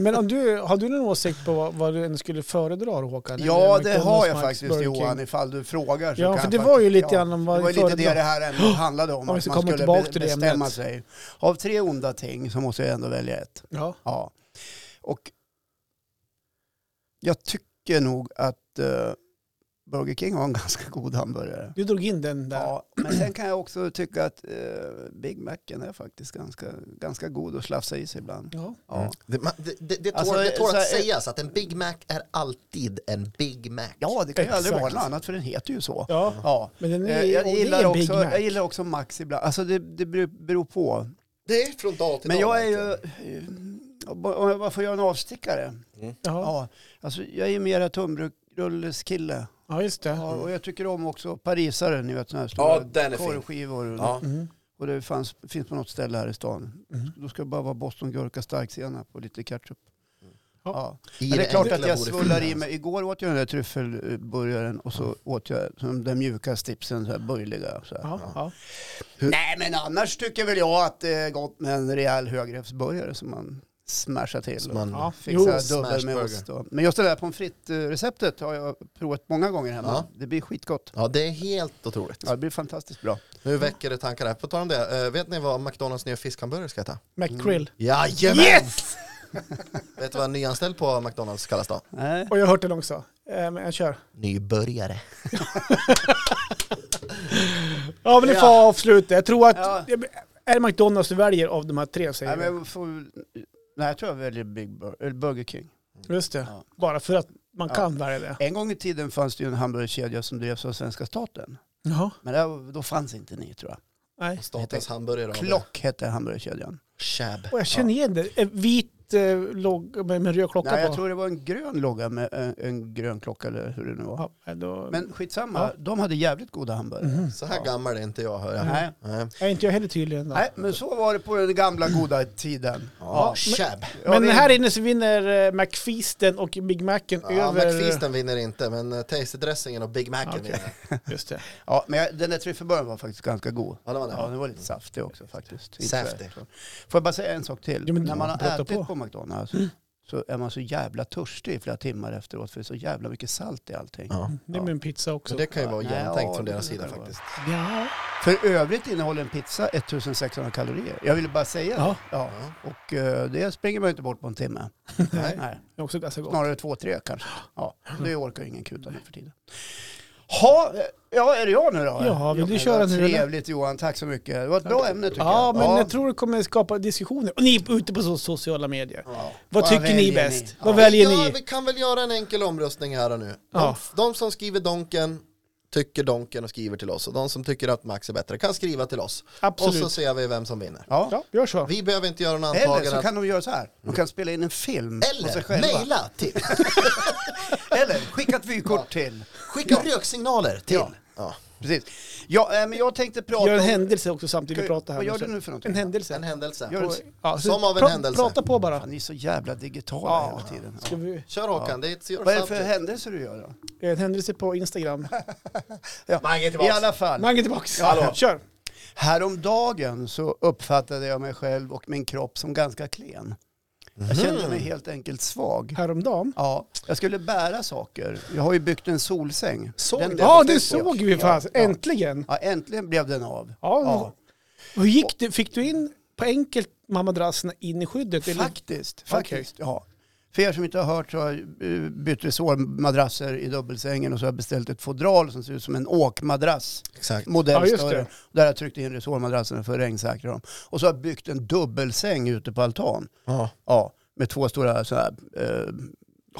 [SPEAKER 3] Men om du, har du någon åsikt på vad, vad du än skulle föredra då, Håkan?
[SPEAKER 2] Ja,
[SPEAKER 3] Eller
[SPEAKER 2] det
[SPEAKER 3] McDonald's,
[SPEAKER 2] har jag
[SPEAKER 3] Max,
[SPEAKER 2] faktiskt
[SPEAKER 3] Burger
[SPEAKER 2] Johan,
[SPEAKER 3] King?
[SPEAKER 2] ifall du frågar. Så kan
[SPEAKER 3] Ja, för
[SPEAKER 2] jag
[SPEAKER 3] det
[SPEAKER 2] faktiskt-
[SPEAKER 3] var ju lite grann om vad
[SPEAKER 2] Det var
[SPEAKER 3] vi
[SPEAKER 2] lite det
[SPEAKER 3] föredrar.
[SPEAKER 2] det här ändå handlade om,
[SPEAKER 3] Ja, vi
[SPEAKER 2] att
[SPEAKER 3] ska
[SPEAKER 2] man
[SPEAKER 3] komma
[SPEAKER 2] skulle
[SPEAKER 3] tillbaka
[SPEAKER 2] be-
[SPEAKER 3] till det
[SPEAKER 2] bestämma
[SPEAKER 3] ämnet.
[SPEAKER 2] sig. Av tre onda ting så måste jag ändå välja ett.
[SPEAKER 3] Ja.
[SPEAKER 2] Ja. Och jag tycker nog att eh, Burger King har en ganska god hamburgare.
[SPEAKER 3] Du drog in den där.
[SPEAKER 2] Ja, men sen kan jag också tycka att eh, Big Macen är faktiskt ganska, ganska god att slafsa i sig ibland.
[SPEAKER 3] Ja.
[SPEAKER 2] Ja.
[SPEAKER 1] Det, man- det, det, det tål,
[SPEAKER 2] Mm. Alltså,
[SPEAKER 1] det tål
[SPEAKER 2] så här-
[SPEAKER 1] att sägas att en Big Mac är alltid en Big Mac.
[SPEAKER 2] Ja, det kan ju aldrig
[SPEAKER 3] Exakt.
[SPEAKER 2] vara något annat för den heter ju så.
[SPEAKER 3] ja.
[SPEAKER 2] Ja.
[SPEAKER 3] Men den är,
[SPEAKER 2] Eh, Jag
[SPEAKER 3] och
[SPEAKER 2] gillar,
[SPEAKER 3] det är en Big
[SPEAKER 2] också,
[SPEAKER 3] Mac.
[SPEAKER 2] jag gillar också Max ibland. Alltså det, det beror- beror på.
[SPEAKER 1] Det är från dag till
[SPEAKER 2] Men
[SPEAKER 1] dag.
[SPEAKER 2] jag är ju,
[SPEAKER 1] verkligen.
[SPEAKER 2] eh, om jag bara får göra en avstickare.
[SPEAKER 3] ja.
[SPEAKER 2] Ja, alltså jag är mera tunnbrödsrulleskille.
[SPEAKER 3] ja, just det.
[SPEAKER 2] Ja, och jag tycker om också parisare, ni vet sådana här
[SPEAKER 1] Mm. Ja,
[SPEAKER 2] stora
[SPEAKER 1] den är fin.
[SPEAKER 2] korvskivor.
[SPEAKER 1] Ja.
[SPEAKER 3] Mm.
[SPEAKER 2] Och det fanns, finns på något ställe här i stan.
[SPEAKER 3] Mm.
[SPEAKER 2] Då ska det bara vara bostongurka, starksenap och lite ketchup.
[SPEAKER 1] Mm.
[SPEAKER 3] Ja.
[SPEAKER 2] Ja.
[SPEAKER 1] I
[SPEAKER 2] Men det är klart
[SPEAKER 1] enkla
[SPEAKER 2] att jag
[SPEAKER 1] vore
[SPEAKER 2] svullar
[SPEAKER 1] fint.
[SPEAKER 2] i mig. Igår åt jag den där tryffelburgaren och så
[SPEAKER 1] Mm.
[SPEAKER 2] åt jag som den mjuka stipsen, så här burliga. Så här.
[SPEAKER 3] Ja, ja.
[SPEAKER 2] Nej men annars tycker väl jag att det är gott med en rejäl högrevsburgare som man smasha till.
[SPEAKER 1] Man,
[SPEAKER 3] Ja.
[SPEAKER 2] Fixa
[SPEAKER 1] Jo,
[SPEAKER 2] dubbel med
[SPEAKER 1] smashburger.
[SPEAKER 2] ost. och- Men just det där pommes frites-receptet har jag provat många gånger hemma.
[SPEAKER 1] Ja.
[SPEAKER 2] Det blir skitgott.
[SPEAKER 1] ja, det är helt otroligt.
[SPEAKER 2] Ja, det blir fantastiskt bra.
[SPEAKER 1] Nu väcker det tankar här. På tal om det, eh, vet ni vad McDonalds nya fiskhamburgare ska heta?
[SPEAKER 3] McCrill.
[SPEAKER 1] Jajamän!
[SPEAKER 3] Yes!
[SPEAKER 1] Vet du vad en nyanställd på McDonalds kallas då?
[SPEAKER 2] Nej.
[SPEAKER 3] Och jag har hört den också. Eh, Men jag kör.
[SPEAKER 1] Nybörjare.
[SPEAKER 3] Ja, men det får avsluta. Jag tror att...
[SPEAKER 2] Ja.
[SPEAKER 3] Är det McDonalds du väljer av de här tre? Säger
[SPEAKER 2] Nej, men
[SPEAKER 3] jag.
[SPEAKER 2] jag får... Nej, jag tror jag väljer Big Bur- eller Burger King.
[SPEAKER 3] Just det.
[SPEAKER 2] Ja.
[SPEAKER 3] Bara för att man
[SPEAKER 2] Ja.
[SPEAKER 3] kan välja det.
[SPEAKER 2] En gång i tiden fanns det ju en hamburgerkedja som drevs av svenska staten.
[SPEAKER 3] Jaha.
[SPEAKER 2] Men där, då fanns inte ni tror jag.
[SPEAKER 3] Nej.
[SPEAKER 1] Statens hamburgare.
[SPEAKER 2] Eh, Klock hette hamburgerkedjan.
[SPEAKER 1] Chab.
[SPEAKER 3] Och jag känner igen det. En Vit eh, logg med, med röd klocka
[SPEAKER 2] Nej,
[SPEAKER 3] på.
[SPEAKER 2] jag tror det var en grön logga med en, en grön klocka eller hur det nu var.
[SPEAKER 3] Ja, men då...
[SPEAKER 2] Men skitsamma,
[SPEAKER 3] Ja.
[SPEAKER 2] de hade jävligt goda hamburgare.
[SPEAKER 3] Mhm.
[SPEAKER 1] Så här
[SPEAKER 2] Ja.
[SPEAKER 1] gammal är inte jag hör jag.
[SPEAKER 2] Nej.
[SPEAKER 1] Nej.
[SPEAKER 3] Är inte jag heller tydligen. Då.
[SPEAKER 2] Nej, men så var det på den gamla goda tiden.
[SPEAKER 1] Ja,
[SPEAKER 3] Ja,
[SPEAKER 1] Chab.
[SPEAKER 2] Ja,
[SPEAKER 3] men
[SPEAKER 2] det-
[SPEAKER 3] här inne så vinner eh, McFeasten och Big Macen
[SPEAKER 1] Ja,
[SPEAKER 3] över...
[SPEAKER 1] McFeasten vinner inte, men eh, Tasty-dressingen och Big Macen
[SPEAKER 3] Okej.
[SPEAKER 1] vinner.
[SPEAKER 3] Just det.
[SPEAKER 2] Ja, men jag, den där tryffelburgaren var faktiskt ganska god.
[SPEAKER 1] Ja, det var det.
[SPEAKER 2] Ja, den var lite saftig också faktiskt. Inte
[SPEAKER 1] Saftig.
[SPEAKER 2] så här. Får jag bara säga en sak till?
[SPEAKER 3] Jo, men
[SPEAKER 2] När man har
[SPEAKER 3] prata
[SPEAKER 2] ätit på,
[SPEAKER 3] på.
[SPEAKER 2] McDonalds så är man så jävla törstig i flera timmar efteråt för det är så jävla mycket salt i allting.
[SPEAKER 1] Ja.
[SPEAKER 3] Det är
[SPEAKER 2] Ja.
[SPEAKER 3] med en pizza
[SPEAKER 1] Så
[SPEAKER 3] också.
[SPEAKER 1] det kan ju vara
[SPEAKER 2] Ja, nej,
[SPEAKER 1] genomtänkt
[SPEAKER 2] ja,
[SPEAKER 1] från
[SPEAKER 2] det
[SPEAKER 1] deras
[SPEAKER 2] kan
[SPEAKER 1] sida
[SPEAKER 2] det vara.
[SPEAKER 1] faktiskt.
[SPEAKER 3] Ja.
[SPEAKER 2] För övrigt innehåller en pizza 1600 kalorier. Jag ville bara säga det.
[SPEAKER 3] Ja.
[SPEAKER 2] Ja.
[SPEAKER 1] Ja.
[SPEAKER 2] Och eh, det springer man ju inte bort på en timme.
[SPEAKER 1] Nej.
[SPEAKER 2] Nej.
[SPEAKER 3] Det är också ganska gott.
[SPEAKER 2] Snarare två, tre kanske. Ja. Det orkar ju ingen kuta nu för tiden. Ha, eh, ja, är det jag nu då?
[SPEAKER 3] Ja, vill du
[SPEAKER 2] men
[SPEAKER 3] köra
[SPEAKER 2] vad
[SPEAKER 3] nu, eller?
[SPEAKER 2] Trevligt Johan, tack så mycket. Det var ett bra ämne tycker
[SPEAKER 3] Ja,
[SPEAKER 2] jag.
[SPEAKER 3] men jag tror det kommer skapa diskussioner. Och ni är ute på so- sociala medier.
[SPEAKER 1] Ja.
[SPEAKER 3] Vad,
[SPEAKER 2] Vad
[SPEAKER 3] tycker ni
[SPEAKER 2] väljer
[SPEAKER 3] bäst?
[SPEAKER 2] ni?
[SPEAKER 3] Vad
[SPEAKER 2] Ja.
[SPEAKER 3] väljer
[SPEAKER 1] ja,
[SPEAKER 3] ni?
[SPEAKER 1] Vi kan väl göra en enkel omröstning här och nu. De,
[SPEAKER 3] Ja.
[SPEAKER 1] de som skriver Donken tycker Donken och skriver till oss. Och de som tycker att Max är bättre kan skriva till oss. Och
[SPEAKER 3] Absolut.
[SPEAKER 1] så ser vi vem som vinner.
[SPEAKER 2] Ja.
[SPEAKER 3] Ja, gör så.
[SPEAKER 1] Vi behöver inte göra någon
[SPEAKER 2] Eller så
[SPEAKER 1] antagande.
[SPEAKER 2] kan de göra så här. De kan spela in en film
[SPEAKER 1] att-
[SPEAKER 2] på sig
[SPEAKER 1] Eller
[SPEAKER 2] själva.
[SPEAKER 1] mejla till.
[SPEAKER 2] Eller skicka ett vykort till.
[SPEAKER 1] Skicka röksignaler till.
[SPEAKER 2] Ja.
[SPEAKER 1] Ja.
[SPEAKER 2] Precis. Ja, eh, men jag tänkte prata
[SPEAKER 3] Gör en
[SPEAKER 2] om-
[SPEAKER 3] händelse också samtidigt vi
[SPEAKER 2] Ska-
[SPEAKER 3] pratar här.
[SPEAKER 2] vad gör
[SPEAKER 3] så-
[SPEAKER 2] du nu för någonting?
[SPEAKER 3] En händelse.
[SPEAKER 1] En händelse.
[SPEAKER 2] Gör en-
[SPEAKER 3] Ja, så
[SPEAKER 1] Som av en
[SPEAKER 3] pra-
[SPEAKER 1] händelse.
[SPEAKER 3] Prata på bara.
[SPEAKER 2] Fan, ni är så jävla digitala
[SPEAKER 3] Ja.
[SPEAKER 2] hela tiden.
[SPEAKER 3] Ska vi,
[SPEAKER 1] Kör Håkan, det är ett gör
[SPEAKER 2] Vad är det för
[SPEAKER 1] samtidigt.
[SPEAKER 2] händelser du gör då?
[SPEAKER 3] en händelse på Instagram.
[SPEAKER 1] Mange är
[SPEAKER 2] I
[SPEAKER 1] tillbaks.
[SPEAKER 2] alla fall.
[SPEAKER 3] Mange tillbaks.
[SPEAKER 2] Hallå.
[SPEAKER 3] Kör.
[SPEAKER 2] Häromdagen så uppfattade jag mig själv och min kropp som ganska klen.
[SPEAKER 1] Mhm.
[SPEAKER 2] Jag kände mig helt enkelt svag.
[SPEAKER 3] Häromdagen.
[SPEAKER 2] Ja, jag skulle bära saker. Jag har ju byggt en solsäng.
[SPEAKER 1] Såg
[SPEAKER 2] Den-
[SPEAKER 1] det?
[SPEAKER 3] Ja,
[SPEAKER 1] på
[SPEAKER 3] det
[SPEAKER 1] Facebook.
[SPEAKER 3] såg vi fan.
[SPEAKER 2] Ja, ja.
[SPEAKER 3] Äntligen.
[SPEAKER 2] Ja, äntligen blev den av.
[SPEAKER 3] Ja.
[SPEAKER 2] Ja.
[SPEAKER 3] Hur gick det? Fick du in på enkelt madrassen in i skyddet? eller?
[SPEAKER 2] Faktiskt, faktiskt. Ja. För er som inte har hört så har jag eh, bytt resårmadrasser i dubbelsängen och så har jag beställt ett fodral som ser ut som en åkmadrass.
[SPEAKER 1] Exakt.
[SPEAKER 2] Modell
[SPEAKER 3] Ja, just
[SPEAKER 2] större.
[SPEAKER 3] det.
[SPEAKER 2] Där har jag tryckt in resårmadrasserna för att regnsäkra dem. Och så har jag byggt en dubbelsäng ute på altan.
[SPEAKER 1] Ja.
[SPEAKER 2] Ja, med två stora så här, eh,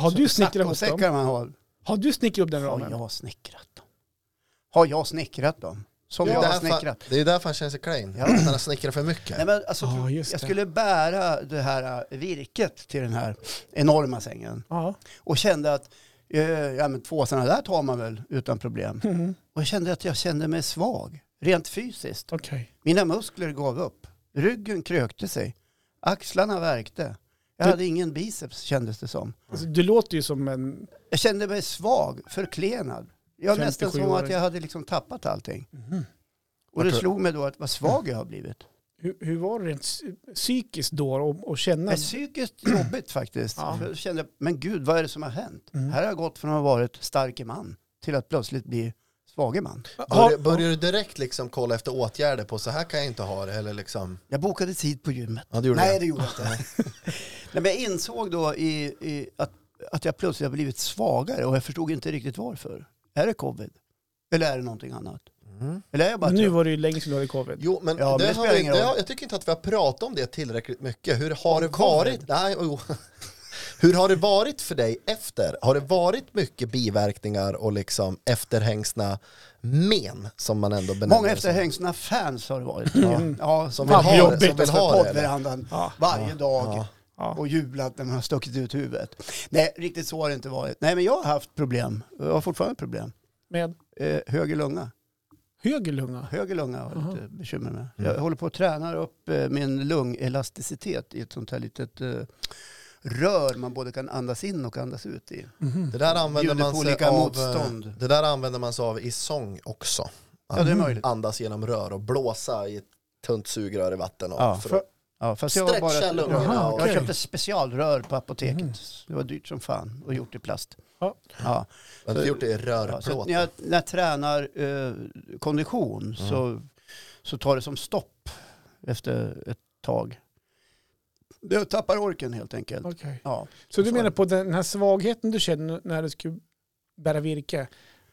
[SPEAKER 3] Har du snickrat ihop dem?
[SPEAKER 2] saccosäckar man har.
[SPEAKER 3] Har du snickrat upp den
[SPEAKER 2] Har
[SPEAKER 3] ramen?
[SPEAKER 2] jag snickrat dem? Har jag snickrat dem? Som
[SPEAKER 1] Det
[SPEAKER 2] jag
[SPEAKER 1] är,
[SPEAKER 2] har
[SPEAKER 1] därför,
[SPEAKER 2] snickrat.
[SPEAKER 1] det är därför han känner sig klein.
[SPEAKER 2] Ja.
[SPEAKER 1] Att Han har snickrat för mycket.
[SPEAKER 2] Nej, men alltså,
[SPEAKER 3] Ja,
[SPEAKER 2] för- jag
[SPEAKER 3] just det.
[SPEAKER 2] skulle bära det här eh, virket till den här enorma sängen.
[SPEAKER 3] Ja.
[SPEAKER 2] och kände att eh, ja, men två sådana där tar man väl utan problem.
[SPEAKER 3] Mhm.
[SPEAKER 2] Och jag kände att jag kände mig svag, rent fysiskt.
[SPEAKER 3] Okej.
[SPEAKER 2] Mina muskler gav upp, ryggen krökte sig, axlarna värkte. Jag
[SPEAKER 3] Du-
[SPEAKER 2] hade ingen biceps kändes det som.
[SPEAKER 3] Alltså, du låter ju som en...
[SPEAKER 2] Jag kände mig svag, förklenad. Jag nästan som
[SPEAKER 3] 57-åring.
[SPEAKER 2] att jag hade liksom tappat allting.
[SPEAKER 3] Mhm.
[SPEAKER 2] Och det
[SPEAKER 1] Vart-
[SPEAKER 2] slog mig då att vad svag jag har blivit.
[SPEAKER 3] Hur, hur var det rent psy- psykiskt då och, och känna?
[SPEAKER 2] Det är psykiskt jobbigt faktiskt.
[SPEAKER 3] Mm. Ja.
[SPEAKER 2] För Jag kände, men gud vad är det som har hänt?
[SPEAKER 3] Mm.
[SPEAKER 2] Här har jag gått från att ha varit starke man till att plötsligt bli svage man.
[SPEAKER 3] Har-
[SPEAKER 1] Börjar, börjar du direkt liksom kolla efter åtgärder på så här kan jag inte ha det eller liksom?
[SPEAKER 2] Jag bokade tid på gymmet.
[SPEAKER 1] Ja, det gjorde
[SPEAKER 2] Nej,
[SPEAKER 1] jag.
[SPEAKER 2] det gjorde jag inte. Nej, men jag insåg då i, i att, att jag plötsligt har blivit svagare och jag förstod inte riktigt varför. Är det covid? Eller är det någonting annat?
[SPEAKER 1] Mm.
[SPEAKER 2] Eller är jag bara
[SPEAKER 3] Men nu
[SPEAKER 2] trött?
[SPEAKER 3] var det ju länge sedan du hade covid.
[SPEAKER 1] Jo, men,
[SPEAKER 2] Ja, men
[SPEAKER 1] det har
[SPEAKER 2] det spelar
[SPEAKER 1] vi,
[SPEAKER 2] ingen
[SPEAKER 1] det
[SPEAKER 2] roll.
[SPEAKER 1] har, jag tycker inte att vi har pratat om det tillräckligt mycket. Hur har
[SPEAKER 2] Om
[SPEAKER 1] det
[SPEAKER 2] covid?
[SPEAKER 1] varit? Nej, jo. Hur har det varit för dig efter? Har det varit mycket biverkningar och liksom efterhängsna men som man ändå Mm. benämner
[SPEAKER 2] Många
[SPEAKER 1] det som?
[SPEAKER 2] efterhängsna fans har det varit. Ja, ja som
[SPEAKER 1] Som vill
[SPEAKER 2] vill ha
[SPEAKER 1] ha det,
[SPEAKER 2] jobbigt
[SPEAKER 1] som vill
[SPEAKER 2] att stå
[SPEAKER 1] ha
[SPEAKER 2] på
[SPEAKER 1] det,
[SPEAKER 2] poddverandan
[SPEAKER 3] Ja.
[SPEAKER 2] varje dag
[SPEAKER 1] ja.
[SPEAKER 3] Ja.
[SPEAKER 2] och jublat när man har stuckit ut huvudet. Nej, riktigt så har det inte varit. Nej, men jag har haft problem. Jag har fortfarande problem.
[SPEAKER 3] Med
[SPEAKER 2] Eh, höger lunga.
[SPEAKER 3] höger lunga.
[SPEAKER 2] Höger lunga har jag
[SPEAKER 3] Jaha.
[SPEAKER 2] lite bekymmer med.
[SPEAKER 1] Mm.
[SPEAKER 2] Jag håller på att träna upp eh, min lungelasticitet i ett sånt här litet eh, rör man både kan andas in och andas ut i.
[SPEAKER 3] Mhm.
[SPEAKER 1] Det där använder
[SPEAKER 2] Bjuder
[SPEAKER 1] man
[SPEAKER 2] på
[SPEAKER 1] sig
[SPEAKER 2] olika
[SPEAKER 1] av, eh,
[SPEAKER 2] motstånd.
[SPEAKER 1] Det där använder man sig av i sång också.
[SPEAKER 3] Mm.
[SPEAKER 2] Ja, det är möjligt.
[SPEAKER 1] Andas genom rör och blåsa i ett tunt sugrör i vatten. Och
[SPEAKER 2] Ja.
[SPEAKER 1] för
[SPEAKER 3] För-
[SPEAKER 1] att
[SPEAKER 2] Ja, fast jag, var bara,
[SPEAKER 1] Stretcha lungorna.
[SPEAKER 3] Jaha,
[SPEAKER 1] och-
[SPEAKER 2] jag
[SPEAKER 3] okej.
[SPEAKER 2] köpte specialrör på apoteket.
[SPEAKER 3] Mm.
[SPEAKER 2] Det var dyrt som fan och gjort i plast.
[SPEAKER 3] Ja.
[SPEAKER 2] Ja.
[SPEAKER 1] Jag har inte gjort det i
[SPEAKER 2] Ja, så att
[SPEAKER 1] rörplåt.
[SPEAKER 2] när, jag, när jag tränar eh, kondition
[SPEAKER 3] Mm.
[SPEAKER 2] så, så tar det som stopp efter ett tag. Jag tappar orken helt enkelt.
[SPEAKER 3] Okej.
[SPEAKER 2] Ja.
[SPEAKER 3] Så du menar på den här svagheten du känner när du skulle bära virke,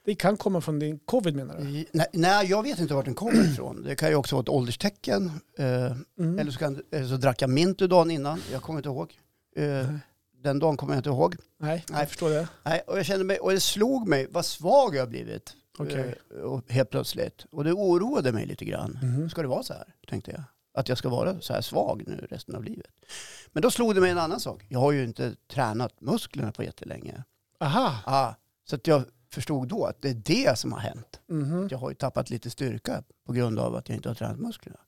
[SPEAKER 3] det kan komma från din covid menar du?
[SPEAKER 2] I- Nej, nej, jag vet inte vart den kommer ifrån. Det kan ju också vara ett ålderstecken. Eh,
[SPEAKER 3] Mm.
[SPEAKER 2] Eller så, kan, eller så drack jag Mintu dagen innan. Jag kommer inte ihåg. Eh, den dagen kommer jag inte ihåg.
[SPEAKER 3] Nej,
[SPEAKER 2] Nej.
[SPEAKER 3] jag förstår det.
[SPEAKER 2] Nej, och, jag kände mig, och det slog mig vad svag jag har blivit.
[SPEAKER 3] Okej.
[SPEAKER 2] Eh, och helt plötsligt. Och det oroade mig lite grann.
[SPEAKER 3] Mhm.
[SPEAKER 2] Ska det vara så här? Tänkte jag. Att jag ska vara så här svag nu resten av livet. Men då slog det mig en annan sak. Jag har ju inte tränat musklerna på jättelänge.
[SPEAKER 3] Aha.
[SPEAKER 2] Ah, så att jag förstod då att det är det som har hänt.
[SPEAKER 3] Mhm.
[SPEAKER 2] Jag har ju tappat lite styrka på grund av att jag inte har tränat musklerna.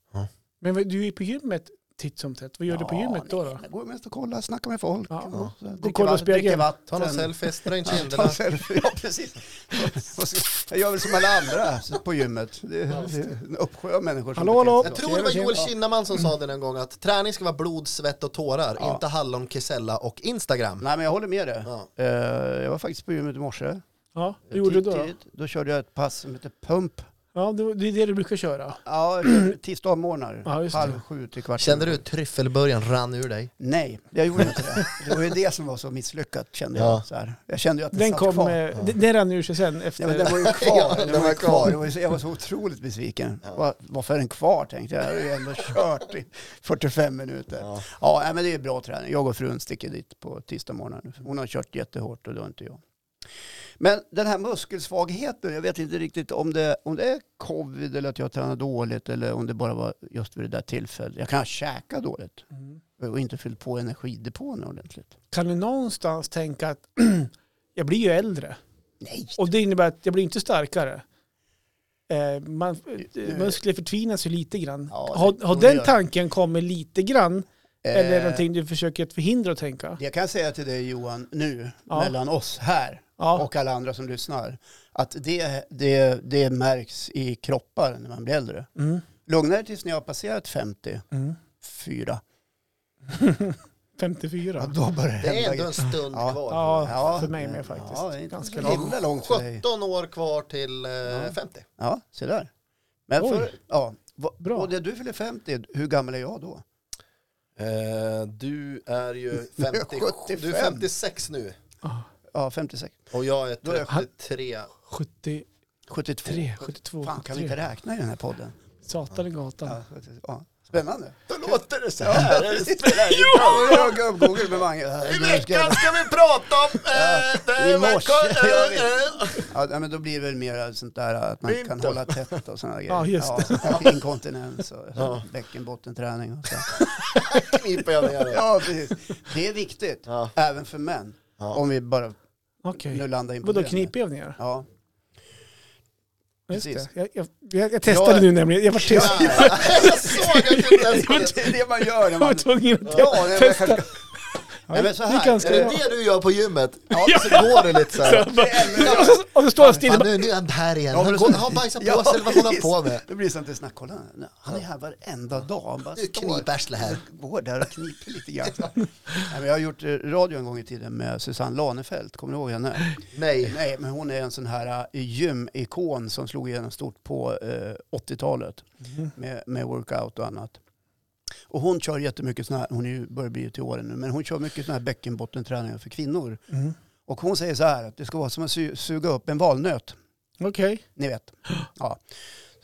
[SPEAKER 3] Men vad- du är ju på gymmet titt som tätt. Vad gör du på
[SPEAKER 2] Ja,
[SPEAKER 3] gymmet då?
[SPEAKER 2] nej,
[SPEAKER 3] då?
[SPEAKER 2] Jag går mest och kollar, snackar med folk.
[SPEAKER 3] Ja.
[SPEAKER 2] och så här,
[SPEAKER 3] och kollar i
[SPEAKER 2] vatten- dricker
[SPEAKER 3] spegeln.
[SPEAKER 2] vatten.
[SPEAKER 1] Ta någon selfies, dra in
[SPEAKER 2] Ja, ta
[SPEAKER 1] kinderna.
[SPEAKER 2] en selfie. Ja, precis. Och så- Jag gör väl som alla andra på gymmet. Det är det är en uppsjö av människor som
[SPEAKER 3] Hallå,
[SPEAKER 2] beter sig
[SPEAKER 3] hallå.
[SPEAKER 2] så.
[SPEAKER 1] Jag tror det var Joel Kinnaman som sa det en gång att träning ska vara blod, svett och tårar,
[SPEAKER 2] Mm. Ja.
[SPEAKER 1] inte hallon, kesella och Instagram.
[SPEAKER 2] Nej, men jag håller med dig.
[SPEAKER 1] Ja.
[SPEAKER 2] Eh, Jag var faktiskt på gymmet i morse.
[SPEAKER 3] Ja, vad gjorde du då? då?
[SPEAKER 2] Tidigt. Då körde jag ett pass som heter pump.
[SPEAKER 3] Ja, det det är det du brukar köra.
[SPEAKER 2] Ja, jag körde tisdagmorgnar.
[SPEAKER 3] Ja, just det.
[SPEAKER 2] halv sju till kvart.
[SPEAKER 1] Kände du hur tryffelburgaren rann ur dig?
[SPEAKER 2] Nej, jag gjorde inte det. Det var ju det som var så misslyckat kände
[SPEAKER 1] Ja.
[SPEAKER 2] jag. Så här. Jag kände ju att den,
[SPEAKER 3] Den
[SPEAKER 2] satt
[SPEAKER 3] kom,
[SPEAKER 2] kvar.
[SPEAKER 3] eh, den- den rann ur sig sen efter.
[SPEAKER 2] Ja, men den var ju kvar.
[SPEAKER 1] Ja,
[SPEAKER 2] den var ju kvar. Det var ju så- Jag var så otroligt besviken. Var- Varför är den kvar tänkte jag. Jag har ju ändå kört i 45 minuter. Ja, nej, men det är ju bra träning. Jag och frun sticker dit på tisdag morgon. Hon har kört jättehårt och det har inte jag. Men den här muskelsvagheten, jag vet inte riktigt om det, om det är covid eller att jag tränar dåligt eller om det bara var just vid det där tillfället. Jag kan ha käkat dåligt
[SPEAKER 3] Mm.
[SPEAKER 2] och inte fyllt på energidepån ordentligt.
[SPEAKER 3] Kan du någonstans tänka att jag blir ju äldre
[SPEAKER 2] Nej,
[SPEAKER 3] och det innebär att jag blir inte starkare. Eh, man,
[SPEAKER 2] Nu-
[SPEAKER 3] muskler förtvinas ju lite grann.
[SPEAKER 2] Ja, det-
[SPEAKER 3] har har
[SPEAKER 2] jo, det
[SPEAKER 3] den
[SPEAKER 2] gör-
[SPEAKER 3] tanken kommit lite grann eller är det
[SPEAKER 2] Eh,
[SPEAKER 3] någonting du försöker att förhindra att tänka?
[SPEAKER 2] Jag Eh, kan säga till dig Johan nu,
[SPEAKER 3] Ja.
[SPEAKER 2] mellan oss här
[SPEAKER 3] Ja.
[SPEAKER 2] och alla andra som lyssnar, att det, det, det märks i kroppar när man blir äldre.
[SPEAKER 3] Mm.
[SPEAKER 2] Lugnare tills ni har passerat 54.
[SPEAKER 3] Mm. 54.
[SPEAKER 2] Ja, då börjar det
[SPEAKER 1] Det är
[SPEAKER 2] hända
[SPEAKER 1] ändå en
[SPEAKER 2] grejer.
[SPEAKER 1] stund
[SPEAKER 2] Ja.
[SPEAKER 1] kvar.
[SPEAKER 3] Ja,
[SPEAKER 2] Ja,
[SPEAKER 3] för mig med faktiskt.
[SPEAKER 2] Ja, det är inte så
[SPEAKER 3] Ganska långt.
[SPEAKER 2] himla långt för dig.
[SPEAKER 1] 17 år kvar till eh, 50.
[SPEAKER 2] Ja, se där. Men
[SPEAKER 3] Oj.
[SPEAKER 2] för, ja, va,
[SPEAKER 3] Bra.
[SPEAKER 2] Och när du fyller 50, hur gammal är jag då? Eh,
[SPEAKER 1] du är ju
[SPEAKER 2] 50
[SPEAKER 1] Du är 56 nu
[SPEAKER 3] Ah,
[SPEAKER 2] Ja, 56.
[SPEAKER 1] och jag är
[SPEAKER 2] Då är jag
[SPEAKER 1] 33.
[SPEAKER 3] 73,
[SPEAKER 2] 72.
[SPEAKER 3] 72,
[SPEAKER 2] Eh, Fan, kan vi inte
[SPEAKER 3] 73.
[SPEAKER 2] räkna i den här podden?
[SPEAKER 3] Satan i gatan.
[SPEAKER 2] Ja, 70, ja. Spännande.
[SPEAKER 1] Då låter det så här.
[SPEAKER 2] Jo! Jag gubb-googlade med Mange.
[SPEAKER 1] I veckan ska vi prata om... eh, det
[SPEAKER 2] I morse,
[SPEAKER 1] verkar-
[SPEAKER 2] jag
[SPEAKER 1] eh, eh.
[SPEAKER 2] Ja, nej, men då blir det väl mer sånt där att man kan
[SPEAKER 1] Vinter.
[SPEAKER 2] hålla tätt och sådana grejer.
[SPEAKER 3] Ja, just det.
[SPEAKER 2] sånt där inkontinens och
[SPEAKER 1] Ja.
[SPEAKER 2] bäckenbottenträning och så.
[SPEAKER 1] Kniper jag ner det.
[SPEAKER 2] Ja, precis. Det är viktigt,
[SPEAKER 1] Ja.
[SPEAKER 2] även för män.
[SPEAKER 1] Ja.
[SPEAKER 2] Om vi bara
[SPEAKER 3] Okej.
[SPEAKER 2] nu landar in på
[SPEAKER 3] Vadå
[SPEAKER 2] det.
[SPEAKER 3] knipövningar?
[SPEAKER 2] Ja.
[SPEAKER 3] Just
[SPEAKER 2] precis.
[SPEAKER 3] det. Jag, jag, jag, jag testade
[SPEAKER 2] Jag-
[SPEAKER 3] nu nämligen. Jag var, test,
[SPEAKER 1] Jag såg att jag kunde ens...
[SPEAKER 2] Det är det man gör när
[SPEAKER 3] jag var
[SPEAKER 2] man...
[SPEAKER 3] tvungen att
[SPEAKER 2] Ja, nej, men jag
[SPEAKER 3] testa.
[SPEAKER 2] kanske... Nej, men så
[SPEAKER 3] Det är
[SPEAKER 2] här.
[SPEAKER 3] ganska
[SPEAKER 1] Är det
[SPEAKER 2] eh,
[SPEAKER 1] det du gör på gymmet?
[SPEAKER 2] Ja.
[SPEAKER 1] Så går det lite så här.
[SPEAKER 3] Och så, och så står jag still.
[SPEAKER 1] Fan,
[SPEAKER 3] och bara,
[SPEAKER 1] nu, nu är han här igen.
[SPEAKER 2] Ja,
[SPEAKER 1] Han,
[SPEAKER 2] men-
[SPEAKER 1] går, han bajsar på sig, eller vad håller han
[SPEAKER 2] precis.
[SPEAKER 1] på med?
[SPEAKER 2] Det blir sånt där snack. Kolla, han är här varenda dag. Han bara
[SPEAKER 1] Nu kniper arslet här.
[SPEAKER 2] går där och kniper lite grann. Nej, men jag har gjort eh, radio en gång i tiden med Susanne Lanefelt, kommer du ihåg henne?
[SPEAKER 1] Nej.
[SPEAKER 2] Nej, men hon är en sån här eh, gymikon som slog igenom stort på eh, 80-talet
[SPEAKER 3] Mm,
[SPEAKER 2] med, med workout och annat. Och hon kör jättemycket sån här, hon är ju, börjar bli till åren nu, men hon kör mycket sån här bäckenbottenträningar för kvinnor.
[SPEAKER 3] Mm.
[SPEAKER 2] Och hon säger så här, att det ska vara som att su- suga upp en valnöt,
[SPEAKER 3] Okej,
[SPEAKER 2] ni vet. Ja.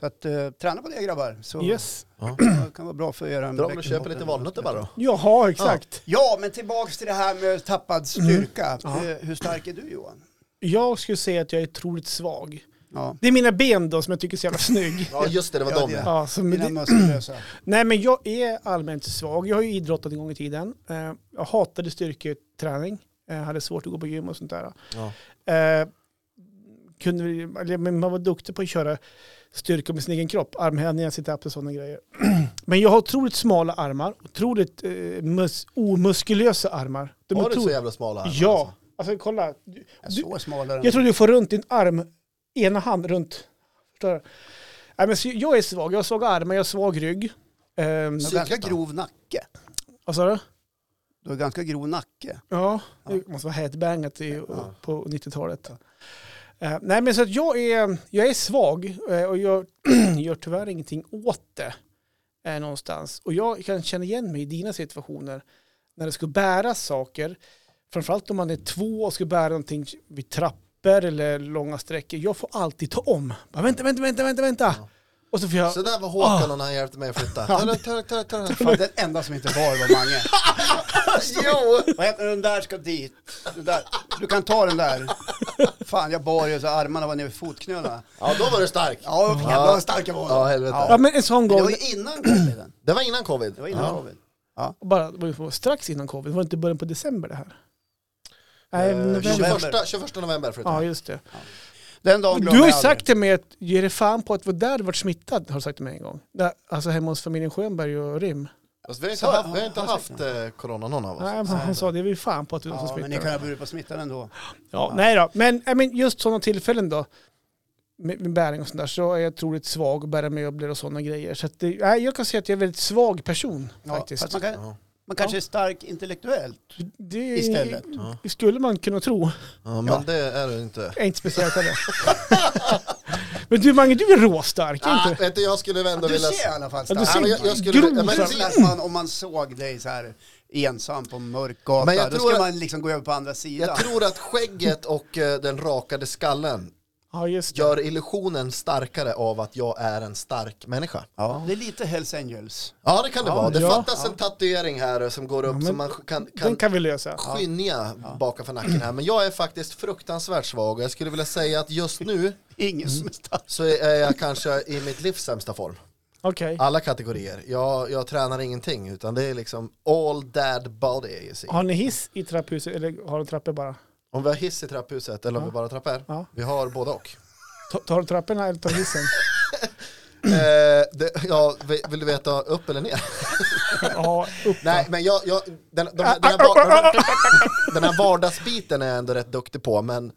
[SPEAKER 2] Så att eh, träna på det grabbar, så
[SPEAKER 3] yes.
[SPEAKER 2] det kan vara bra för er.
[SPEAKER 1] Bra om du köper lite valnötter bara då.
[SPEAKER 3] Jaha, exakt.
[SPEAKER 2] Ja, men tillbaks till det här med tappad styrka.
[SPEAKER 3] Mm. Ja.
[SPEAKER 2] Eh, Hur stark är du Johan?
[SPEAKER 3] Jag skulle säga att jag är otroligt svag.
[SPEAKER 2] Ja.
[SPEAKER 3] Det är mina ben då som jag tycker är så jävla snygg.
[SPEAKER 1] Ja just det, det var
[SPEAKER 2] Ja,
[SPEAKER 1] dem
[SPEAKER 2] det-
[SPEAKER 1] ja.
[SPEAKER 3] Ja, så med
[SPEAKER 2] Mina
[SPEAKER 3] det,
[SPEAKER 2] muskelösa.
[SPEAKER 3] nej men jag är allmänt svag. Jag har ju idrottat en gång i tiden. Eh, Jag hatade styrketräning. Eh, Jag hade svårt att gå på gym och sånt där.
[SPEAKER 1] Ja.
[SPEAKER 3] Eh, kunde, vi- eller, men man var duktig på att köra styrka med sin egen kropp. Armhävningar, situps och sådana grejer. men jag har otroligt smala armar. Otroligt eh, mus, omuskulösa armar. De är
[SPEAKER 1] Har du så
[SPEAKER 3] otroligt-
[SPEAKER 1] jävla smala armar?
[SPEAKER 3] Ja. Alltså kolla. Du,
[SPEAKER 2] Jag är så smalare. än-
[SPEAKER 3] jag tror du får runt din arm, ena hand runt. Förstår du? Nej, men så jag är svag. Jag har svaga armar, jag har svag rygg. Ehm,
[SPEAKER 2] Du har ganska grov nacke.
[SPEAKER 3] vad sa du?
[SPEAKER 2] Du har ganska grov nacke.
[SPEAKER 3] Ja, det måste vara headbangat i, på 90-talet. Eh, nej, men så att jag är, jag är svag eh, och jag gör tyvärr ingenting åt det eh, någonstans. Och jag kan känna igen mig i dina situationer när det ska bära saker. Framförallt om man är två och ska bära någonting vid trappor eller långa sträckor. Jag får alltid ta om. Bara, vänta, vänta, vänta, vänta, vänta. Och så får jag...
[SPEAKER 1] alltså. Så där var Håkan och när han hjälpte mig att flytta. Ta den, ta den, ta den, ta den.
[SPEAKER 2] Fan, den enda som inte var var Mange.
[SPEAKER 1] Jo!
[SPEAKER 2] Vad heter den där ska dit? Den där. Du kan ta den där. Fan, jag bar ju så armarna var nere vid fotknölarna.
[SPEAKER 1] Ja, då var du stark.
[SPEAKER 2] Ja, vad jävlar vad stark jag var. då.
[SPEAKER 1] Ja, helvete.
[SPEAKER 3] Ja, men en sån
[SPEAKER 2] Det
[SPEAKER 3] gång,
[SPEAKER 2] var ju innan coviden.
[SPEAKER 1] Det var innan covid.
[SPEAKER 2] Det var innan covid.
[SPEAKER 3] bara, det var ju strax innan covid, var det inte början på december det här? Nej,
[SPEAKER 1] Eh,
[SPEAKER 3] november.
[SPEAKER 1] 21, 21 november
[SPEAKER 3] Ja,
[SPEAKER 1] flyttade jag.
[SPEAKER 3] just det.
[SPEAKER 2] Den dagen
[SPEAKER 3] Du
[SPEAKER 2] glömmer
[SPEAKER 3] har ju
[SPEAKER 2] jag aldrig.
[SPEAKER 3] sagt till mig att ge dig fan på att vara där du varit smittad, har du sagt till mig en gång. Där, alltså hemma hos familjen Schönberg och Rim.
[SPEAKER 1] Fast vi har inte
[SPEAKER 2] Så,
[SPEAKER 1] haft, vi har
[SPEAKER 2] ja,
[SPEAKER 1] inte
[SPEAKER 2] ja,
[SPEAKER 1] haft eh, corona någon av
[SPEAKER 3] Nej,
[SPEAKER 1] oss.
[SPEAKER 3] men han sa det, vi är fan på att du är
[SPEAKER 2] Ja, men ni
[SPEAKER 3] smittad.
[SPEAKER 2] kan ha burit på smittan ändå.
[SPEAKER 3] Ja, nej då, men, I mean, just sådana tillfällen då, med, med bäring och sånt där, så är jag otroligt svag och bära möbler och sådana grejer. Så att det, nej, jag kan säga att jag är en väldigt svag person
[SPEAKER 2] Ja,
[SPEAKER 3] faktiskt.
[SPEAKER 2] fast man, kan,
[SPEAKER 1] Ja.
[SPEAKER 2] man kanske är stark intellektuellt
[SPEAKER 3] det,
[SPEAKER 2] istället.
[SPEAKER 3] Det skulle man kunna tro.
[SPEAKER 1] Ja, men det är det inte.
[SPEAKER 3] Jag är inte speciellt heller. men du Mange, du är råstark,
[SPEAKER 1] Ah,
[SPEAKER 3] inte?
[SPEAKER 1] vet du, jag skulle ändå
[SPEAKER 2] Du
[SPEAKER 1] vilja...
[SPEAKER 2] ser i alla fall
[SPEAKER 3] Ja, du
[SPEAKER 2] stark
[SPEAKER 1] Nej, men
[SPEAKER 3] ser
[SPEAKER 1] jag- jag skulle-
[SPEAKER 3] grov
[SPEAKER 1] ja, men-
[SPEAKER 3] ut.
[SPEAKER 2] Så att man, om man såg dig så här ensam på en mörk gata,
[SPEAKER 1] Men jag
[SPEAKER 2] då
[SPEAKER 1] tror
[SPEAKER 2] ska
[SPEAKER 1] att-
[SPEAKER 2] man liksom gå över på andra sidan.
[SPEAKER 1] Jag tror att skägget och eh, den rakade skallen
[SPEAKER 3] Ja, just det.
[SPEAKER 1] gör illusionen starkare av att jag är en stark människa.
[SPEAKER 2] Ja. Det är lite Hells Angels.
[SPEAKER 1] Ja det kan det
[SPEAKER 3] Ja,
[SPEAKER 1] vara. Det
[SPEAKER 3] ja.
[SPEAKER 1] fattas en tatuering här som går upp
[SPEAKER 3] men
[SPEAKER 1] som man kan,
[SPEAKER 3] Den
[SPEAKER 1] kan
[SPEAKER 3] kan vi lösa.
[SPEAKER 1] skynja bakom för nacken här. Men jag är faktiskt fruktansvärt svag och jag skulle vilja säga att just nu
[SPEAKER 3] Mm.
[SPEAKER 2] Ingen som är stark.
[SPEAKER 1] så är jag kanske i mitt livs sämsta form.
[SPEAKER 3] Okej.
[SPEAKER 1] Alla kategorier. Jag, jag tränar ingenting utan det är liksom all dad body. you see.
[SPEAKER 3] Har ni hiss i trapphuset eller har ni trappor bara?
[SPEAKER 1] Om vi har hiss i trapphuset eller om vi bara har trappor.
[SPEAKER 3] Ja.
[SPEAKER 1] Vi har både och.
[SPEAKER 3] Ta- Tar du trapporna eller tar du hissen?
[SPEAKER 1] Eh, det, ja, vi- vill du veta upp eller ner?
[SPEAKER 3] ja, upp.
[SPEAKER 1] Nej, men jag, jag den, de, här- den, här, var- den här vardagsbiten är jag ändå rätt duktig på, men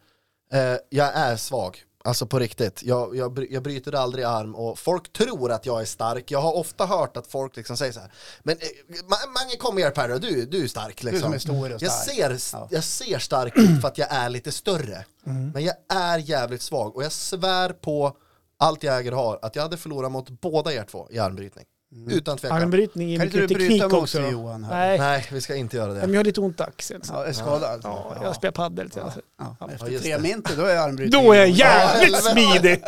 [SPEAKER 1] eh, jag är svag. Alltså på riktigt, jag, jag, bry- jag bryter aldrig arm och folk tror att jag är stark. Jag har ofta hört att folk liksom säger så här, men eh, Ma- Mange kom och hjälp här då, du, du är stark liksom.
[SPEAKER 2] som är stor och
[SPEAKER 1] jag,
[SPEAKER 2] stark.
[SPEAKER 1] ser,
[SPEAKER 2] Ja. Mm.
[SPEAKER 1] jag ser stark ut för att jag är lite större. Men jag är jävligt svag och jag svär på allt jag äger och har att jag hade förlorat mot båda er två i armbrytning.
[SPEAKER 2] Mm.
[SPEAKER 1] Utan tvekan.
[SPEAKER 3] Armbrytning är
[SPEAKER 2] Kan inte
[SPEAKER 3] mycket
[SPEAKER 2] du bryta
[SPEAKER 3] teknik
[SPEAKER 2] mot
[SPEAKER 3] också.
[SPEAKER 2] sig,
[SPEAKER 3] då.
[SPEAKER 2] Johan? Här?
[SPEAKER 3] Nej,
[SPEAKER 1] Nej, vi ska inte göra det.
[SPEAKER 3] men jag har lite ont i axeln. så-
[SPEAKER 2] Ja, är skadad?
[SPEAKER 3] Ja, jag spelar padel. så jag-
[SPEAKER 2] Ja. Efter
[SPEAKER 1] Ja, just
[SPEAKER 2] tre
[SPEAKER 1] det.
[SPEAKER 2] minter, då är armbrytning.
[SPEAKER 3] Då är jag
[SPEAKER 1] Ja,
[SPEAKER 3] jävligt
[SPEAKER 1] helvete.
[SPEAKER 3] smidig!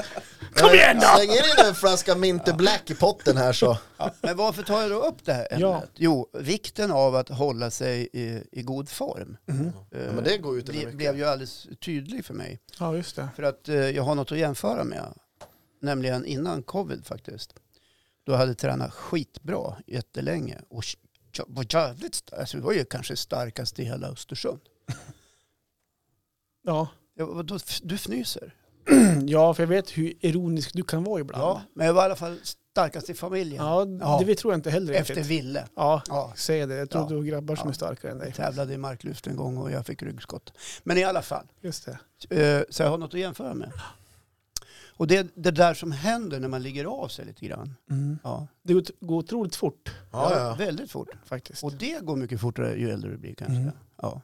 [SPEAKER 3] Kom igen då!
[SPEAKER 1] Släng in en flaska Minter Black i potten här så.
[SPEAKER 2] Ja, Men varför tar jag då upp det här ämnet?
[SPEAKER 3] Ja.
[SPEAKER 2] Jo, vikten av att hålla sig i, i god form.
[SPEAKER 3] Mm.
[SPEAKER 2] Eh,
[SPEAKER 1] Ja, men det går ju till
[SPEAKER 2] ble,
[SPEAKER 1] mycket.
[SPEAKER 2] blev ju alldeles tydlig för mig.
[SPEAKER 3] Ja, just det.
[SPEAKER 2] För att eh, jag har något att jämföra med. Nämligen innan covid faktiskt. Då hade jag tränat skitbra jättelänge. Och sh- jag var jävligt stark. Alltså, jag var ju kanske starkast i hela Östersund.
[SPEAKER 3] Ja.
[SPEAKER 2] Jag, var- då, f- du fnyser.
[SPEAKER 3] ja, för jag vet hur ironisk du kan vara ibland.
[SPEAKER 2] Ja,
[SPEAKER 3] Ja,
[SPEAKER 2] men jag var i alla fall starkast i familjen.
[SPEAKER 3] det vet- tror jag inte heller
[SPEAKER 2] Efter
[SPEAKER 3] riktigt.
[SPEAKER 2] Ville.
[SPEAKER 3] Ja,
[SPEAKER 2] Ja.
[SPEAKER 3] säg det. Jag tror
[SPEAKER 2] Ja.
[SPEAKER 3] du har grabbar som
[SPEAKER 2] Ja.
[SPEAKER 3] är starkare än dig.
[SPEAKER 2] Jag tävlade i marklyft en gång och jag fick ryggskott. Men i alla fall.
[SPEAKER 3] Just det.
[SPEAKER 2] Eh, Så jag har något att jämföra med. Och det är det där som händer när man ligger av sig lite grann. Ja,
[SPEAKER 3] Det går går otroligt fort
[SPEAKER 1] Ja, ja.
[SPEAKER 2] Väldigt fort.
[SPEAKER 3] faktiskt.
[SPEAKER 2] Och det går mycket fortare ju äldre du blir kanske.
[SPEAKER 3] Mm.
[SPEAKER 2] Ja.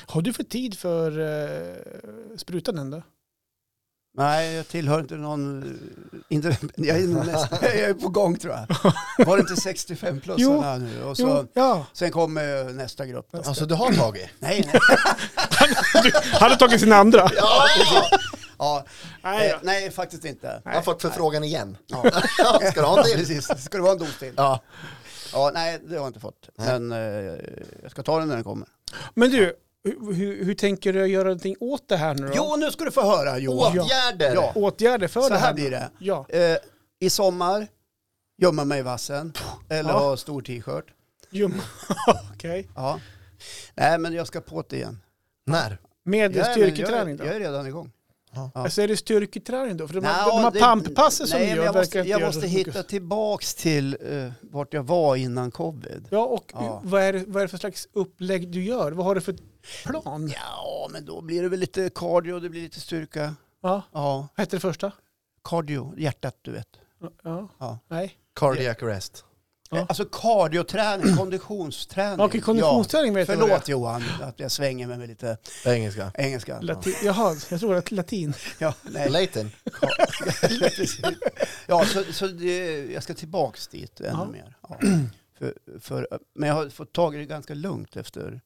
[SPEAKER 3] Har du för tid för eh, sprutan ändå?
[SPEAKER 2] Nej, jag tillhör inte någon... eh, Inte, jag, är nästan, jag är på gång tror jag. Var det inte 65-plussarna nu? Och så,
[SPEAKER 3] Jo, ja.
[SPEAKER 2] Sen kommer nästa grupp. Då.
[SPEAKER 1] Alltså du har tagit?
[SPEAKER 2] Nej, nej.
[SPEAKER 3] Han har tagit sina andra.
[SPEAKER 1] Ja,
[SPEAKER 2] Ja,
[SPEAKER 3] Nej,
[SPEAKER 2] eh,
[SPEAKER 3] då.
[SPEAKER 2] nej, faktiskt inte.
[SPEAKER 1] jag har fått förfrågan igen.
[SPEAKER 2] Ja.
[SPEAKER 1] Ja, ska du ha en till?
[SPEAKER 2] Precis, ska det vara en dos till?
[SPEAKER 1] Ja.
[SPEAKER 2] Ja, nej, det har jag inte fått.
[SPEAKER 1] Nej.
[SPEAKER 2] Men eh, jag ska ta den när den kommer.
[SPEAKER 3] Men du, hur, hur, hur tänker du göra någonting åt det här nu då?
[SPEAKER 2] Jo, nu ska du få höra Johan.
[SPEAKER 1] Åtgärder!
[SPEAKER 2] Ja.
[SPEAKER 3] Åtgärder för
[SPEAKER 2] Så
[SPEAKER 3] det här
[SPEAKER 2] här
[SPEAKER 3] nu?
[SPEAKER 2] blir det.
[SPEAKER 3] Ja,
[SPEAKER 2] Eh, I sommar, gömma mig i vassen. Eller
[SPEAKER 3] Ja.
[SPEAKER 2] ha stor t-shirt.
[SPEAKER 3] ljum. Okej.
[SPEAKER 2] Ja. Nej, men jag ska på det igen.
[SPEAKER 1] När?
[SPEAKER 3] Med
[SPEAKER 2] Jag är-
[SPEAKER 3] styrketräning
[SPEAKER 2] jag,
[SPEAKER 3] då?
[SPEAKER 2] är- jag är redan igång.
[SPEAKER 3] Alltså är det styrketräning då? För de,
[SPEAKER 2] Nej,
[SPEAKER 3] här- de här
[SPEAKER 2] det-
[SPEAKER 3] pamppassen som
[SPEAKER 2] nej,
[SPEAKER 3] du
[SPEAKER 2] men
[SPEAKER 3] gör
[SPEAKER 2] jag
[SPEAKER 3] verkar
[SPEAKER 2] måste,
[SPEAKER 3] inte
[SPEAKER 2] Jag
[SPEAKER 3] göra
[SPEAKER 2] måste
[SPEAKER 3] så
[SPEAKER 2] hitta
[SPEAKER 3] mycket.
[SPEAKER 2] tillbaks till eh, vart jag var innan covid.
[SPEAKER 3] Ja, och
[SPEAKER 2] Ja.
[SPEAKER 3] Vad, är det, vad är det för slags upplägg du gör? Vad har du för plan?
[SPEAKER 2] Ja, men då blir det väl lite cardio, det blir lite styrka.
[SPEAKER 3] Ja.
[SPEAKER 2] Ja,
[SPEAKER 3] Vad hette det första?
[SPEAKER 2] cardio, hjärtat du vet.
[SPEAKER 3] Ja.
[SPEAKER 2] Ja.
[SPEAKER 3] Nej.
[SPEAKER 1] Cardiac arrest.
[SPEAKER 3] Ja.
[SPEAKER 2] Alltså kardioträning, konditionsträning.
[SPEAKER 3] Okej, konditionsträning vet jag vad
[SPEAKER 2] Förlåt Johan att jag svänger mig med lite
[SPEAKER 1] På engelska.
[SPEAKER 2] engelska.
[SPEAKER 3] Latin. Jaha, jag tror att latin.
[SPEAKER 2] Ja, nej.
[SPEAKER 1] Latin.
[SPEAKER 2] ja så, så det, jag ska tillbaks dit ännu
[SPEAKER 3] Ja.
[SPEAKER 2] mer. Ja. För, för, men jag har fått tag i det ganska lugnt efter,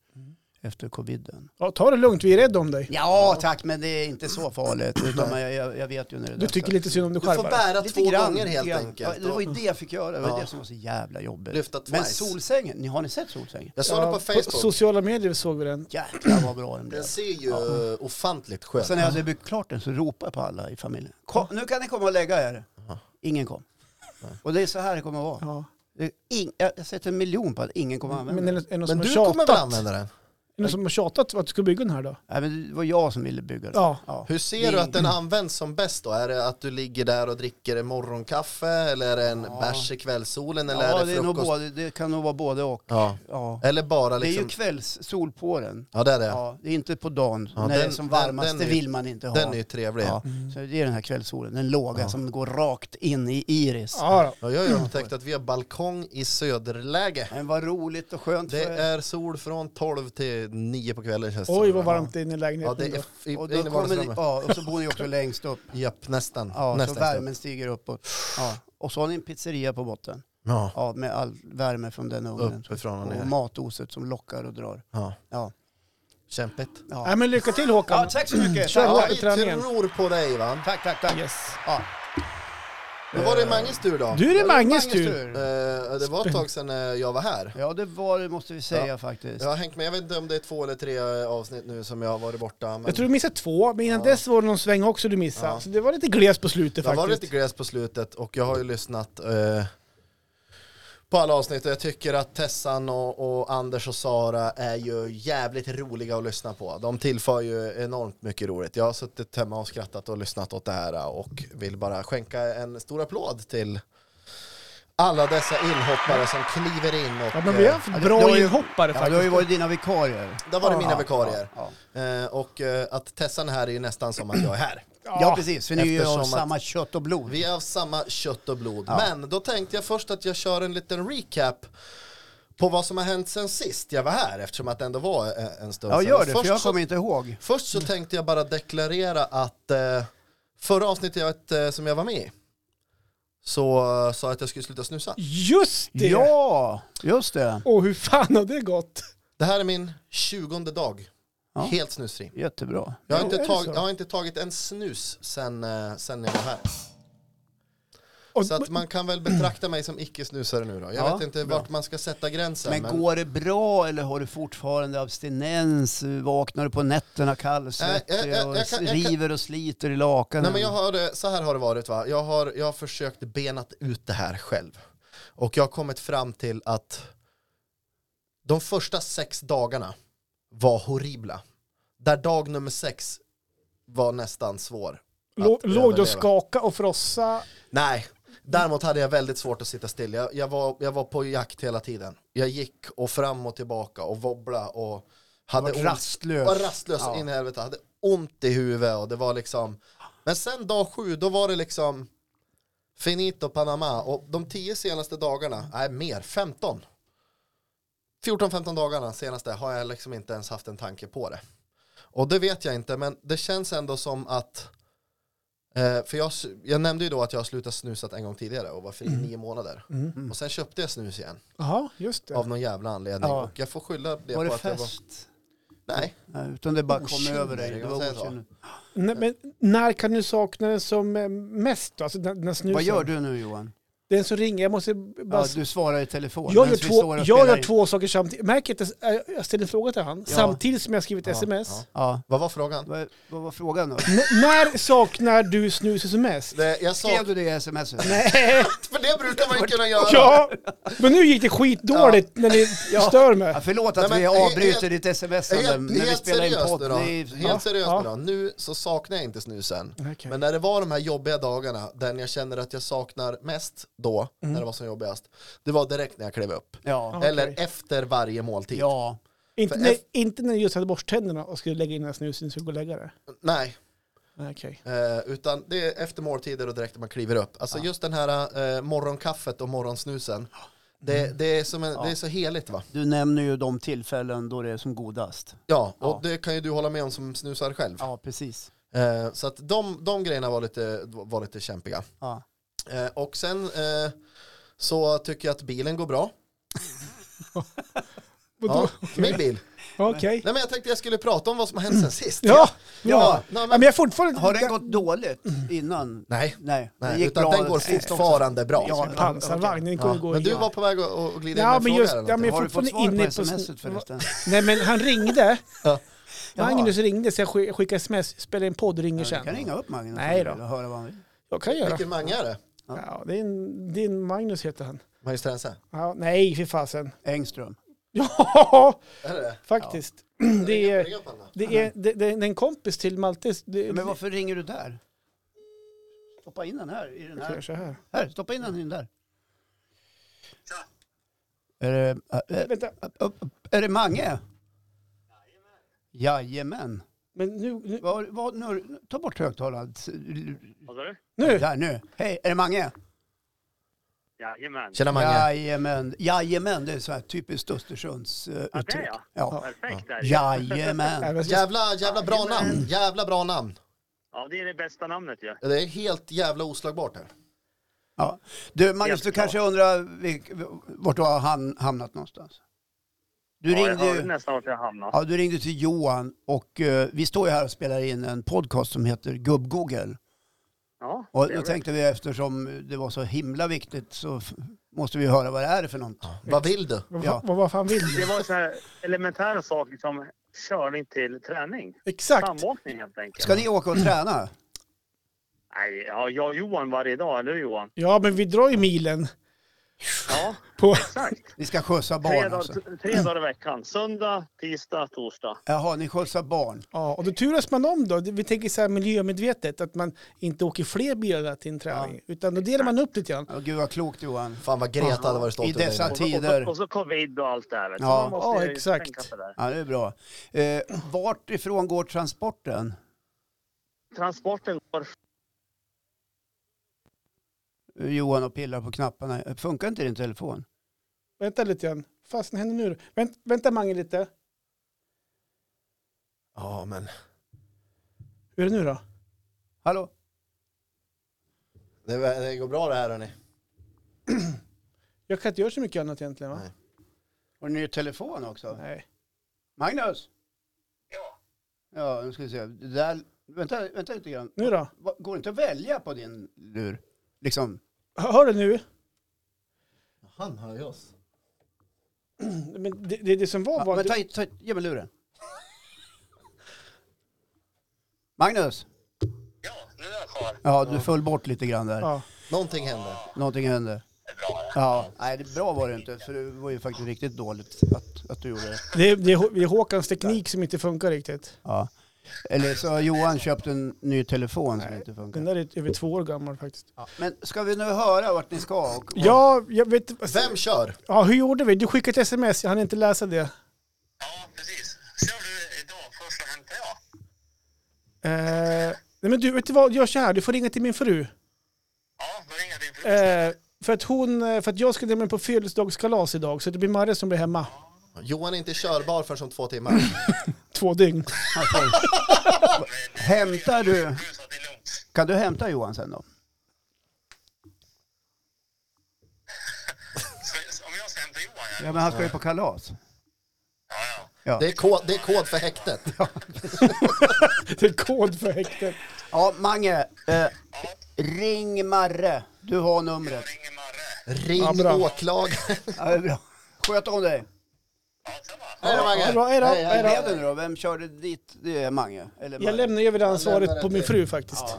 [SPEAKER 2] efter coviden.
[SPEAKER 3] Ja, ta det lugnt, vi är rädda om dig.
[SPEAKER 2] Ja tack, men det är inte så farligt. Utan jag, jag, jag vet ju när det är
[SPEAKER 3] Du
[SPEAKER 2] dags
[SPEAKER 3] tycker
[SPEAKER 2] att-
[SPEAKER 3] lite synd om dig
[SPEAKER 1] Du får
[SPEAKER 3] själv. bara.
[SPEAKER 1] bära
[SPEAKER 2] Lite
[SPEAKER 1] två
[SPEAKER 2] grann,
[SPEAKER 1] gånger helt
[SPEAKER 3] grann.
[SPEAKER 2] Ja,
[SPEAKER 1] enkelt.
[SPEAKER 2] det var ju det jag fick göra, det var
[SPEAKER 1] Ja.
[SPEAKER 2] det som var så jävla jobbigt.
[SPEAKER 1] Lyfta twice.
[SPEAKER 2] Men solsängen, ni, har ni sett solsängen?
[SPEAKER 1] Jag såg det på
[SPEAKER 3] Ja,
[SPEAKER 1] Facebook.
[SPEAKER 3] sociala medier såg vi den.
[SPEAKER 2] Jäklar vad bra den blev.
[SPEAKER 1] Den ser ju eh, ofantligt
[SPEAKER 2] Och
[SPEAKER 1] skön
[SPEAKER 2] Sen när jag hade byggt klart den så ropade jag på alla i familjen. Kom, nu kan ni komma och lägga er. Ingen kom. Och det är så här det kommer att vara.
[SPEAKER 3] Ja.
[SPEAKER 2] Det är ing- jag har sett en miljon på att ingen kommer att använda
[SPEAKER 3] Men är
[SPEAKER 2] den.
[SPEAKER 3] det är det någon
[SPEAKER 1] Men
[SPEAKER 3] som har
[SPEAKER 1] du kommer väl
[SPEAKER 3] tjatat? Är
[SPEAKER 1] använda den?
[SPEAKER 3] det någon som har tjatat att du ska bygga den här då?
[SPEAKER 2] Nej, men det var jag som ville bygga den.
[SPEAKER 3] Ja.
[SPEAKER 1] Hur ser du att den används som bäst då? Är det att du ligger där och dricker en morgonkaffe eller är det en bärs i kvällssolen eller
[SPEAKER 2] Ja,
[SPEAKER 1] är
[SPEAKER 2] det,
[SPEAKER 1] det
[SPEAKER 2] är nog
[SPEAKER 1] frukost?
[SPEAKER 2] både, det kan nog vara både och.
[SPEAKER 1] ja.
[SPEAKER 2] Ja.
[SPEAKER 1] Eller bara
[SPEAKER 2] Det är ju
[SPEAKER 1] liksom...
[SPEAKER 2] kvällssol på den.
[SPEAKER 1] Ja, där är det.
[SPEAKER 2] Ja, det är inte på dagen.
[SPEAKER 1] Ja,
[SPEAKER 2] när det är
[SPEAKER 1] den-
[SPEAKER 2] som
[SPEAKER 1] den-
[SPEAKER 2] varmast,
[SPEAKER 1] den
[SPEAKER 2] det
[SPEAKER 1] är-
[SPEAKER 2] vill man inte ha.
[SPEAKER 1] Den är ju Mm. trevlig.
[SPEAKER 2] Ja, så det är den här kvällssolen, den låga som går rakt in i iris.
[SPEAKER 3] Ja, då.
[SPEAKER 1] Ja, jag har ju upptäckt att vi har balkong i söderläge.
[SPEAKER 2] Men vad roligt och skönt
[SPEAKER 1] Det
[SPEAKER 2] för
[SPEAKER 1] är sol från 12 till 9 på kvällen känns det
[SPEAKER 3] Oj
[SPEAKER 1] som.
[SPEAKER 3] vad varmt det är inne i
[SPEAKER 1] Ja,
[SPEAKER 3] lägenheten.
[SPEAKER 1] det är
[SPEAKER 3] då.
[SPEAKER 1] f- i-
[SPEAKER 2] och,
[SPEAKER 1] in
[SPEAKER 2] då
[SPEAKER 1] i
[SPEAKER 2] kommer ni,
[SPEAKER 1] vardagsrummet.
[SPEAKER 2] ja, och så bor ni också längst upp.
[SPEAKER 1] Japp, nästan.
[SPEAKER 2] Ja,
[SPEAKER 1] nästan.
[SPEAKER 2] så värmen stiger uppåt. Ja. Och så har ni en pizzeria på botten.
[SPEAKER 1] Ja,
[SPEAKER 2] Ja, med all värme från den ugnen.
[SPEAKER 1] uppifrån och
[SPEAKER 2] Och
[SPEAKER 1] ner.
[SPEAKER 2] matoset som lockar och drar.
[SPEAKER 1] Ja,
[SPEAKER 2] Ja.
[SPEAKER 1] kämpigt.
[SPEAKER 3] Nej,
[SPEAKER 2] Ja.
[SPEAKER 3] men lycka till Håkan.
[SPEAKER 2] ja, tack så mycket.
[SPEAKER 3] Kör
[SPEAKER 1] Ja,
[SPEAKER 3] hårt
[SPEAKER 1] vi
[SPEAKER 3] i träningen.
[SPEAKER 1] tror på dig va.
[SPEAKER 2] Tack, tack, tack.
[SPEAKER 3] Yes.
[SPEAKER 2] Ja.
[SPEAKER 1] Då var det Manges tur då.
[SPEAKER 3] Du är det
[SPEAKER 2] Ja,
[SPEAKER 3] Manges tur.
[SPEAKER 1] Eh, det var ett tag sedan eh, jag var här.
[SPEAKER 2] Ja, det var det måste vi säga faktiskt.
[SPEAKER 1] Jag har hängt med, jag vet inte om det är två eller tre eh, avsnitt nu som jag har varit borta. Men
[SPEAKER 3] Jag tror du missade två, men innan dess var det någon sväng också du missade.
[SPEAKER 1] Ja.
[SPEAKER 3] Så det var lite gles på slutet
[SPEAKER 1] det har varit
[SPEAKER 3] faktiskt.
[SPEAKER 1] lite gräs på slutet och jag har ju lyssnat eh, på alla avsnitt och jag tycker att Tessan och, och Anders och Sara är ju jävligt roliga att lyssna på. De tillför ju enormt mycket roligt. Jag har suttit hemma och skrattat och lyssnat åt det här och vill bara skänka en stor applåd till alla dessa inhoppare som kliver in och
[SPEAKER 3] Ja, men vi
[SPEAKER 1] eh,
[SPEAKER 3] har haft
[SPEAKER 2] Ja, det- det har
[SPEAKER 3] bra
[SPEAKER 2] ju-
[SPEAKER 3] inhoppare
[SPEAKER 2] Ja, det har ju
[SPEAKER 3] faktiskt.
[SPEAKER 2] varit dina vikarier.
[SPEAKER 1] det har varit mina vikarier.
[SPEAKER 2] Ja,
[SPEAKER 1] Eh, och eh, att Tessan är här är ju nästan som att jag är här.
[SPEAKER 2] ja.
[SPEAKER 3] Ja.
[SPEAKER 2] ja precis. För ni är ju
[SPEAKER 1] Eftersom
[SPEAKER 2] av
[SPEAKER 1] att-
[SPEAKER 2] samma kött och blod.
[SPEAKER 1] Vi är av samma kött och blod.
[SPEAKER 2] Ja.
[SPEAKER 1] Men då tänkte jag först att jag kör en liten recap på vad som har hänt sen sist jag var här eftersom att det ändå var eh, en stund
[SPEAKER 2] Ja,
[SPEAKER 1] sedan.
[SPEAKER 2] gör det,
[SPEAKER 1] först,
[SPEAKER 2] för jag
[SPEAKER 1] så,
[SPEAKER 2] kommer inte ihåg.
[SPEAKER 1] först så tänkte jag bara deklarera att eh, förra avsnittet eh, som jag var med i så eh, sa jag att jag skulle sluta snusa.
[SPEAKER 3] Just det!
[SPEAKER 2] Ja, just det.
[SPEAKER 3] Och hur fan har det gått?
[SPEAKER 1] Det här är min tjugonde dag.
[SPEAKER 2] Ja.
[SPEAKER 1] Helt snusfri.
[SPEAKER 2] Jättebra.
[SPEAKER 1] Jag har,
[SPEAKER 3] Jo,
[SPEAKER 1] inte
[SPEAKER 3] är det
[SPEAKER 1] tag,
[SPEAKER 3] så?
[SPEAKER 1] jag har inte tagit en snus sen, eh, sen jag var här.
[SPEAKER 3] Och,
[SPEAKER 1] Så att man kan väl betrakta mig som icke-snusare nu då. Jag
[SPEAKER 2] Ja,
[SPEAKER 1] vet inte
[SPEAKER 2] bra.
[SPEAKER 1] vart man ska sätta gränsen.
[SPEAKER 2] Men
[SPEAKER 1] men-
[SPEAKER 2] går det bra eller har du fortfarande abstinens? Vaknar du på nätterna kallsvettig
[SPEAKER 1] Nej, jag- jag-
[SPEAKER 2] och
[SPEAKER 1] Äh, jag kan- jag kan-
[SPEAKER 2] river och sliter i lakanen?
[SPEAKER 1] Nej, men jag har, eh, så här har det varit va. Jag har, jag har försökt benat ut det här själv. Och jag har kommit fram till att de första sex dagarna var horribla. Där dag nummer sex var nästan svår. att
[SPEAKER 3] lå- låg du
[SPEAKER 1] överleva.
[SPEAKER 3] och skaka och frossa?
[SPEAKER 1] Nej, däremot hade jag väldigt svårt att sitta still. Jag, jag, var, jag var på jakt hela tiden. Jag gick och fram och tillbaka och wobbla och hade
[SPEAKER 2] Vart
[SPEAKER 1] ont-
[SPEAKER 2] rastlös.
[SPEAKER 1] var rastlös
[SPEAKER 2] Ja.
[SPEAKER 1] in i helvete. Hade ont i huvudet och det var liksom. Men sen dag sju, då var det liksom finito Panama. Och de tio senaste dagarna, nej mer, 15. 14-15 dagarna senaste har jag liksom inte ens haft en tanke på det. Och det vet jag inte, men det känns ändå som att Eh, för jag, s- jag nämnde ju då att jag har slutat snusat en gång tidigare och var fri i
[SPEAKER 2] Mm.
[SPEAKER 1] nio månader. Och sen köpte jag snus igen
[SPEAKER 3] Ja, just det.
[SPEAKER 1] av någon jävla anledning.
[SPEAKER 2] Ja.
[SPEAKER 1] Och jag får skylla det
[SPEAKER 2] var
[SPEAKER 1] på
[SPEAKER 2] det
[SPEAKER 1] att jag var...
[SPEAKER 2] fest?
[SPEAKER 1] Nej,
[SPEAKER 2] Nej, utan det bara kom
[SPEAKER 1] Okynne,
[SPEAKER 2] över dig. Det
[SPEAKER 1] kan
[SPEAKER 2] var
[SPEAKER 1] man säga så?
[SPEAKER 2] okynne.
[SPEAKER 3] Nej, men när kan du sakna den som eh, mest? då? Alltså den, den snusen?
[SPEAKER 2] Vad gör du nu Johan?
[SPEAKER 3] Den som ringer, jag måste bara...
[SPEAKER 2] Ja, du svarar i telefon.
[SPEAKER 3] jag
[SPEAKER 2] medan
[SPEAKER 3] gör,
[SPEAKER 2] vi
[SPEAKER 3] två,
[SPEAKER 2] står och
[SPEAKER 3] jag
[SPEAKER 2] spelar
[SPEAKER 3] gör
[SPEAKER 2] in.
[SPEAKER 3] två saker samtidigt. Märker inte, äh, jag ställer en fråga till han.
[SPEAKER 2] Ja.
[SPEAKER 3] Samtidigt som jag skrivit sms.
[SPEAKER 1] ja.
[SPEAKER 2] Ja.
[SPEAKER 1] vad var frågan?
[SPEAKER 2] Vad, vad var frågan då?
[SPEAKER 3] N- när saknar du snuset som mest?
[SPEAKER 1] Det, jag sa
[SPEAKER 2] Skrev du det i sms?
[SPEAKER 3] Nej.
[SPEAKER 1] för det brukar man ju kunna göra.
[SPEAKER 3] Ja, men nu gick det skitdåligt när ni stör mig.
[SPEAKER 2] Ja, förlåt att
[SPEAKER 1] Nej, men-
[SPEAKER 2] vi avbryter
[SPEAKER 1] helt-
[SPEAKER 2] ditt sms när
[SPEAKER 1] Helt,
[SPEAKER 2] vi
[SPEAKER 1] helt
[SPEAKER 2] spelar in
[SPEAKER 1] seriöst nu
[SPEAKER 2] podd.
[SPEAKER 1] då.
[SPEAKER 2] Det är-
[SPEAKER 1] Helt seriöst
[SPEAKER 3] Ja.
[SPEAKER 1] nu då. Nu så saknar jag inte snusen.
[SPEAKER 3] Okej.
[SPEAKER 1] Men när det var de här jobbiga dagarna, den jag känner att jag saknar mest då, när
[SPEAKER 2] Mm.
[SPEAKER 1] det var som jobbigast, det var direkt när jag klev upp.
[SPEAKER 2] Ja.
[SPEAKER 3] okej.
[SPEAKER 1] Eller efter varje måltid.
[SPEAKER 2] Ah, Ja.
[SPEAKER 3] Inte,
[SPEAKER 1] För
[SPEAKER 3] när,
[SPEAKER 1] eff-
[SPEAKER 3] inte när jag just hade borstat tänderna och skulle lägga in den här snusen och skulle gå och lägga det.
[SPEAKER 1] Nej,
[SPEAKER 3] Nej, Okej.
[SPEAKER 1] Eh, utan det
[SPEAKER 2] Ah.
[SPEAKER 1] är efter måltider och direkt när man kliver upp. Alltså just den här eh, morgonkaffet och morgonsnusen. Det, det, är som en,
[SPEAKER 2] Mm. Ja.
[SPEAKER 1] det är så heligt va?
[SPEAKER 2] Du nämner ju de tillfällen då det är som godast.
[SPEAKER 1] Ja, och
[SPEAKER 2] Ja.
[SPEAKER 1] det kan ju du hålla med om som snusar själv.
[SPEAKER 2] Ja, precis.
[SPEAKER 1] Eh, så att de, de grejerna var lite, var lite kämpiga.
[SPEAKER 2] Ja.
[SPEAKER 1] Eh, och sen eh, så tycker jag att bilen går bra.
[SPEAKER 3] Vadå?
[SPEAKER 1] Ja, Min bil.
[SPEAKER 3] Okej.
[SPEAKER 1] Nej men jag tänkte jag skulle prata om vad som har hänt sen sist.
[SPEAKER 3] Ja,
[SPEAKER 2] Ja.
[SPEAKER 3] ja.
[SPEAKER 1] Nej,
[SPEAKER 3] Men
[SPEAKER 1] men,
[SPEAKER 3] jag är fortfarande...
[SPEAKER 2] Har den gått dåligt innan?
[SPEAKER 1] nej,
[SPEAKER 2] Nej,
[SPEAKER 1] nej utan den går
[SPEAKER 2] sist också.
[SPEAKER 1] fortfarande bra.
[SPEAKER 2] Ja,
[SPEAKER 3] En pansarvagn, den kommer
[SPEAKER 1] Ja.
[SPEAKER 3] gå
[SPEAKER 1] Men du
[SPEAKER 3] igen.
[SPEAKER 1] var på väg att- att glida
[SPEAKER 3] Ja,
[SPEAKER 1] in med
[SPEAKER 3] men
[SPEAKER 1] en
[SPEAKER 3] just-
[SPEAKER 1] fråga eller
[SPEAKER 3] ja,
[SPEAKER 1] någonting.
[SPEAKER 3] men jag
[SPEAKER 2] Har du fått
[SPEAKER 3] fortfarande
[SPEAKER 2] svar på
[SPEAKER 3] inne på
[SPEAKER 2] sms
[SPEAKER 3] sn-
[SPEAKER 2] förresten?
[SPEAKER 3] Nej men han ringde.
[SPEAKER 1] Ja.
[SPEAKER 2] Jaha.
[SPEAKER 3] Magnus ringde så jag skick- skickade sms, spelade in podd, ringer
[SPEAKER 2] Ja,
[SPEAKER 3] sen.
[SPEAKER 2] du kan ringa upp Magnus
[SPEAKER 3] Nej då.
[SPEAKER 2] och höra vad han vill.
[SPEAKER 3] Jag kan göra.
[SPEAKER 1] Vilken mange är det?
[SPEAKER 3] Ja, det är en, det är en Magnus heter han.
[SPEAKER 1] Magnus Trense?
[SPEAKER 3] Ja, nej, för fasen.
[SPEAKER 2] Engström.
[SPEAKER 3] Ja,
[SPEAKER 1] Är det det?
[SPEAKER 3] faktiskt. Mm, Det är,
[SPEAKER 1] Ring upp honom.
[SPEAKER 3] det är, det, det är en kompis till Maltes. Det,
[SPEAKER 2] Men varför ringer du där? Stoppa in den här. I den
[SPEAKER 3] Jag gör
[SPEAKER 2] här.
[SPEAKER 3] så här.
[SPEAKER 2] här, stoppa in den i den där. Är det, äh, äh,
[SPEAKER 3] Vänta,
[SPEAKER 2] upp- upp- är det Mange? Jajamän.
[SPEAKER 3] men nu... Nu!
[SPEAKER 2] Vad, vad, nu, ta bort högtalaren.
[SPEAKER 4] Vad sa du?
[SPEAKER 3] nu.
[SPEAKER 2] Där nu. Hej, är det Mange?
[SPEAKER 4] Jajamän.
[SPEAKER 1] Tjena Mange.
[SPEAKER 2] Jajamän. Jajamän, det är så här typiskt Östersunds eh,
[SPEAKER 4] Ja, det är
[SPEAKER 2] uttryck.
[SPEAKER 4] jag.
[SPEAKER 2] Ja.
[SPEAKER 4] Perfekt. där.
[SPEAKER 3] Nej,
[SPEAKER 2] Jajamän.
[SPEAKER 3] men jag-
[SPEAKER 1] Jävla, jävla bra namn. Jävla bra namn.
[SPEAKER 4] Ja, det är det bästa namnet ju.
[SPEAKER 1] Det är helt jävla oslagbart här.
[SPEAKER 2] Ja. Du Magnus,
[SPEAKER 4] Helt
[SPEAKER 2] du kanske undrar vilk, vart du har ham- hamnat någonstans? Du
[SPEAKER 4] Ja, jag
[SPEAKER 2] ringde
[SPEAKER 4] hörde
[SPEAKER 2] ju...
[SPEAKER 4] nästan vart jag hamnade.
[SPEAKER 2] Ja, du ringde till Johan och eh, vi står ju här och spelar in en podcast som heter Gubb-Google.
[SPEAKER 4] Ja,
[SPEAKER 2] Och då
[SPEAKER 4] trevligt.
[SPEAKER 2] tänkte vi eftersom det var så himla viktigt så f- måste vi höra vad det är för något.
[SPEAKER 1] Vad vill du?
[SPEAKER 3] Vad,
[SPEAKER 2] Ja.
[SPEAKER 3] fan- vad, vad fan vill
[SPEAKER 4] Det
[SPEAKER 3] du?
[SPEAKER 4] var så här elementära saker som körning till träning.
[SPEAKER 3] Exakt.
[SPEAKER 4] Samåkning helt enkelt.
[SPEAKER 2] Ska ni åka och träna?
[SPEAKER 4] Nej, ja, jag och Johan varje dag, eller hur Johan?
[SPEAKER 3] Ja, men vi drar ju milen
[SPEAKER 4] Ja,
[SPEAKER 3] på...
[SPEAKER 4] exakt.
[SPEAKER 2] Ni ska skjutsa
[SPEAKER 4] Tre,
[SPEAKER 2] barn alltså?
[SPEAKER 4] dag, tre dagar i veckan. Söndag, tisdag, torsdag.
[SPEAKER 2] Jaha, ni skjutsar barn.
[SPEAKER 3] Ja, och då turas man om då. Vi tänker så här miljömedvetet, att man inte åker fler bilar till en träning. Utan då delar man upp lite grann.
[SPEAKER 2] Ja, gud vad klokt Johan.
[SPEAKER 1] Fan vad Greta hade varit stolt
[SPEAKER 2] I
[SPEAKER 1] över dig.
[SPEAKER 2] dessa
[SPEAKER 1] nu.
[SPEAKER 4] Och så, och,
[SPEAKER 2] Tider.
[SPEAKER 4] så, och så covid och allt det här. vet du.
[SPEAKER 2] Ja.
[SPEAKER 4] Man måste ju
[SPEAKER 3] Ja, exakt.
[SPEAKER 4] tänka på det där.
[SPEAKER 2] Ja, det är bra. Eh, vart ifrån går transporten?
[SPEAKER 4] Transporten går...
[SPEAKER 2] Johan och pillar på knapparna. Funkar inte din telefon?
[SPEAKER 3] Vänta lite grann. Fast händer nu? Vänt, vänta Mange lite.
[SPEAKER 1] Ja men,
[SPEAKER 3] Hur är det nu då?
[SPEAKER 2] Hallå?
[SPEAKER 1] det, det går bra det här hörni.
[SPEAKER 3] Jag kan inte göra så mycket annat egentligen va?
[SPEAKER 1] Nej.
[SPEAKER 2] Har ni telefon också?
[SPEAKER 3] Nej.
[SPEAKER 2] Magnus? Ja. Ja, nu ska vi se. Det där, vänta, vänta lite grann.
[SPEAKER 3] Nu då?
[SPEAKER 2] Va- Går det inte att välja på din lur? Liksom,
[SPEAKER 3] Hör hör du nu?
[SPEAKER 1] Han hör ju oss.
[SPEAKER 3] Men det, det, det som var
[SPEAKER 2] ja,
[SPEAKER 3] var...
[SPEAKER 2] men ta, ta, ge mig luren. Magnus?
[SPEAKER 4] Ja, nu är jag kvar.
[SPEAKER 2] Ja, du föll bort lite grann där.
[SPEAKER 3] ja.
[SPEAKER 1] Någonting hände.
[SPEAKER 2] Någonting hände. Ja, nej, det bra var det inte, för det var ju faktiskt riktigt dåligt att, att du gjorde det.
[SPEAKER 3] det, det, är Hå- det är Håkans teknik som inte funkar riktigt.
[SPEAKER 2] Ja. Eller så har Johan köpt en ny telefon som inte
[SPEAKER 3] Den
[SPEAKER 2] funkar.
[SPEAKER 3] där är över två år gammal faktiskt.
[SPEAKER 2] Ja. Men ska vi nu höra vart ni ska? Och, och,
[SPEAKER 3] Ja, jag vet...
[SPEAKER 1] Vem kör?
[SPEAKER 3] Ja, hur gjorde vi? Du skickade ett sms, jag hann inte läsa det.
[SPEAKER 5] Ja, precis. Kör du idag först så hämtar jag.
[SPEAKER 3] Eh, nej men du, vet du vad? Gör så här, du får ringa till min fru.
[SPEAKER 5] Ja, då ringer jag din bror.
[SPEAKER 3] Eh, för att hon... eh, För att jag ska nämligen på födelsedagskalas idag, så det blir Marre som blir hemma.
[SPEAKER 1] Johan är inte körbar förrän om två timmar.
[SPEAKER 3] Två dygn.
[SPEAKER 2] hämtar du?
[SPEAKER 5] Du sa att det är lugnt.
[SPEAKER 2] Kan du hämta Johan sen då?
[SPEAKER 5] Så, om jag ska hämta Johan här?
[SPEAKER 2] Ja, men han ska ju på kalas.
[SPEAKER 5] Ja, ja.
[SPEAKER 1] Det är kod, det är kod för häktet.
[SPEAKER 3] Det är kod för häktet.
[SPEAKER 2] Ja, Mange. Eh, ring Marre. Du har numret.
[SPEAKER 5] Ringer Marre.
[SPEAKER 1] Ring
[SPEAKER 3] Ja, bra.
[SPEAKER 1] åklagaren.
[SPEAKER 2] Ja, det är bra. Sköt om dig.
[SPEAKER 5] Ja, samma.
[SPEAKER 1] Hej då
[SPEAKER 3] Ja, bra, hej då,
[SPEAKER 1] Hej, hej.
[SPEAKER 2] Hur blev det nu då? Vem körde dit? Det är Mange. Eller Marre.
[SPEAKER 3] Jag lämnar över det
[SPEAKER 1] lämnar
[SPEAKER 3] ansvaret
[SPEAKER 1] det
[SPEAKER 3] på min
[SPEAKER 1] till-
[SPEAKER 3] fru faktiskt.
[SPEAKER 2] Ja.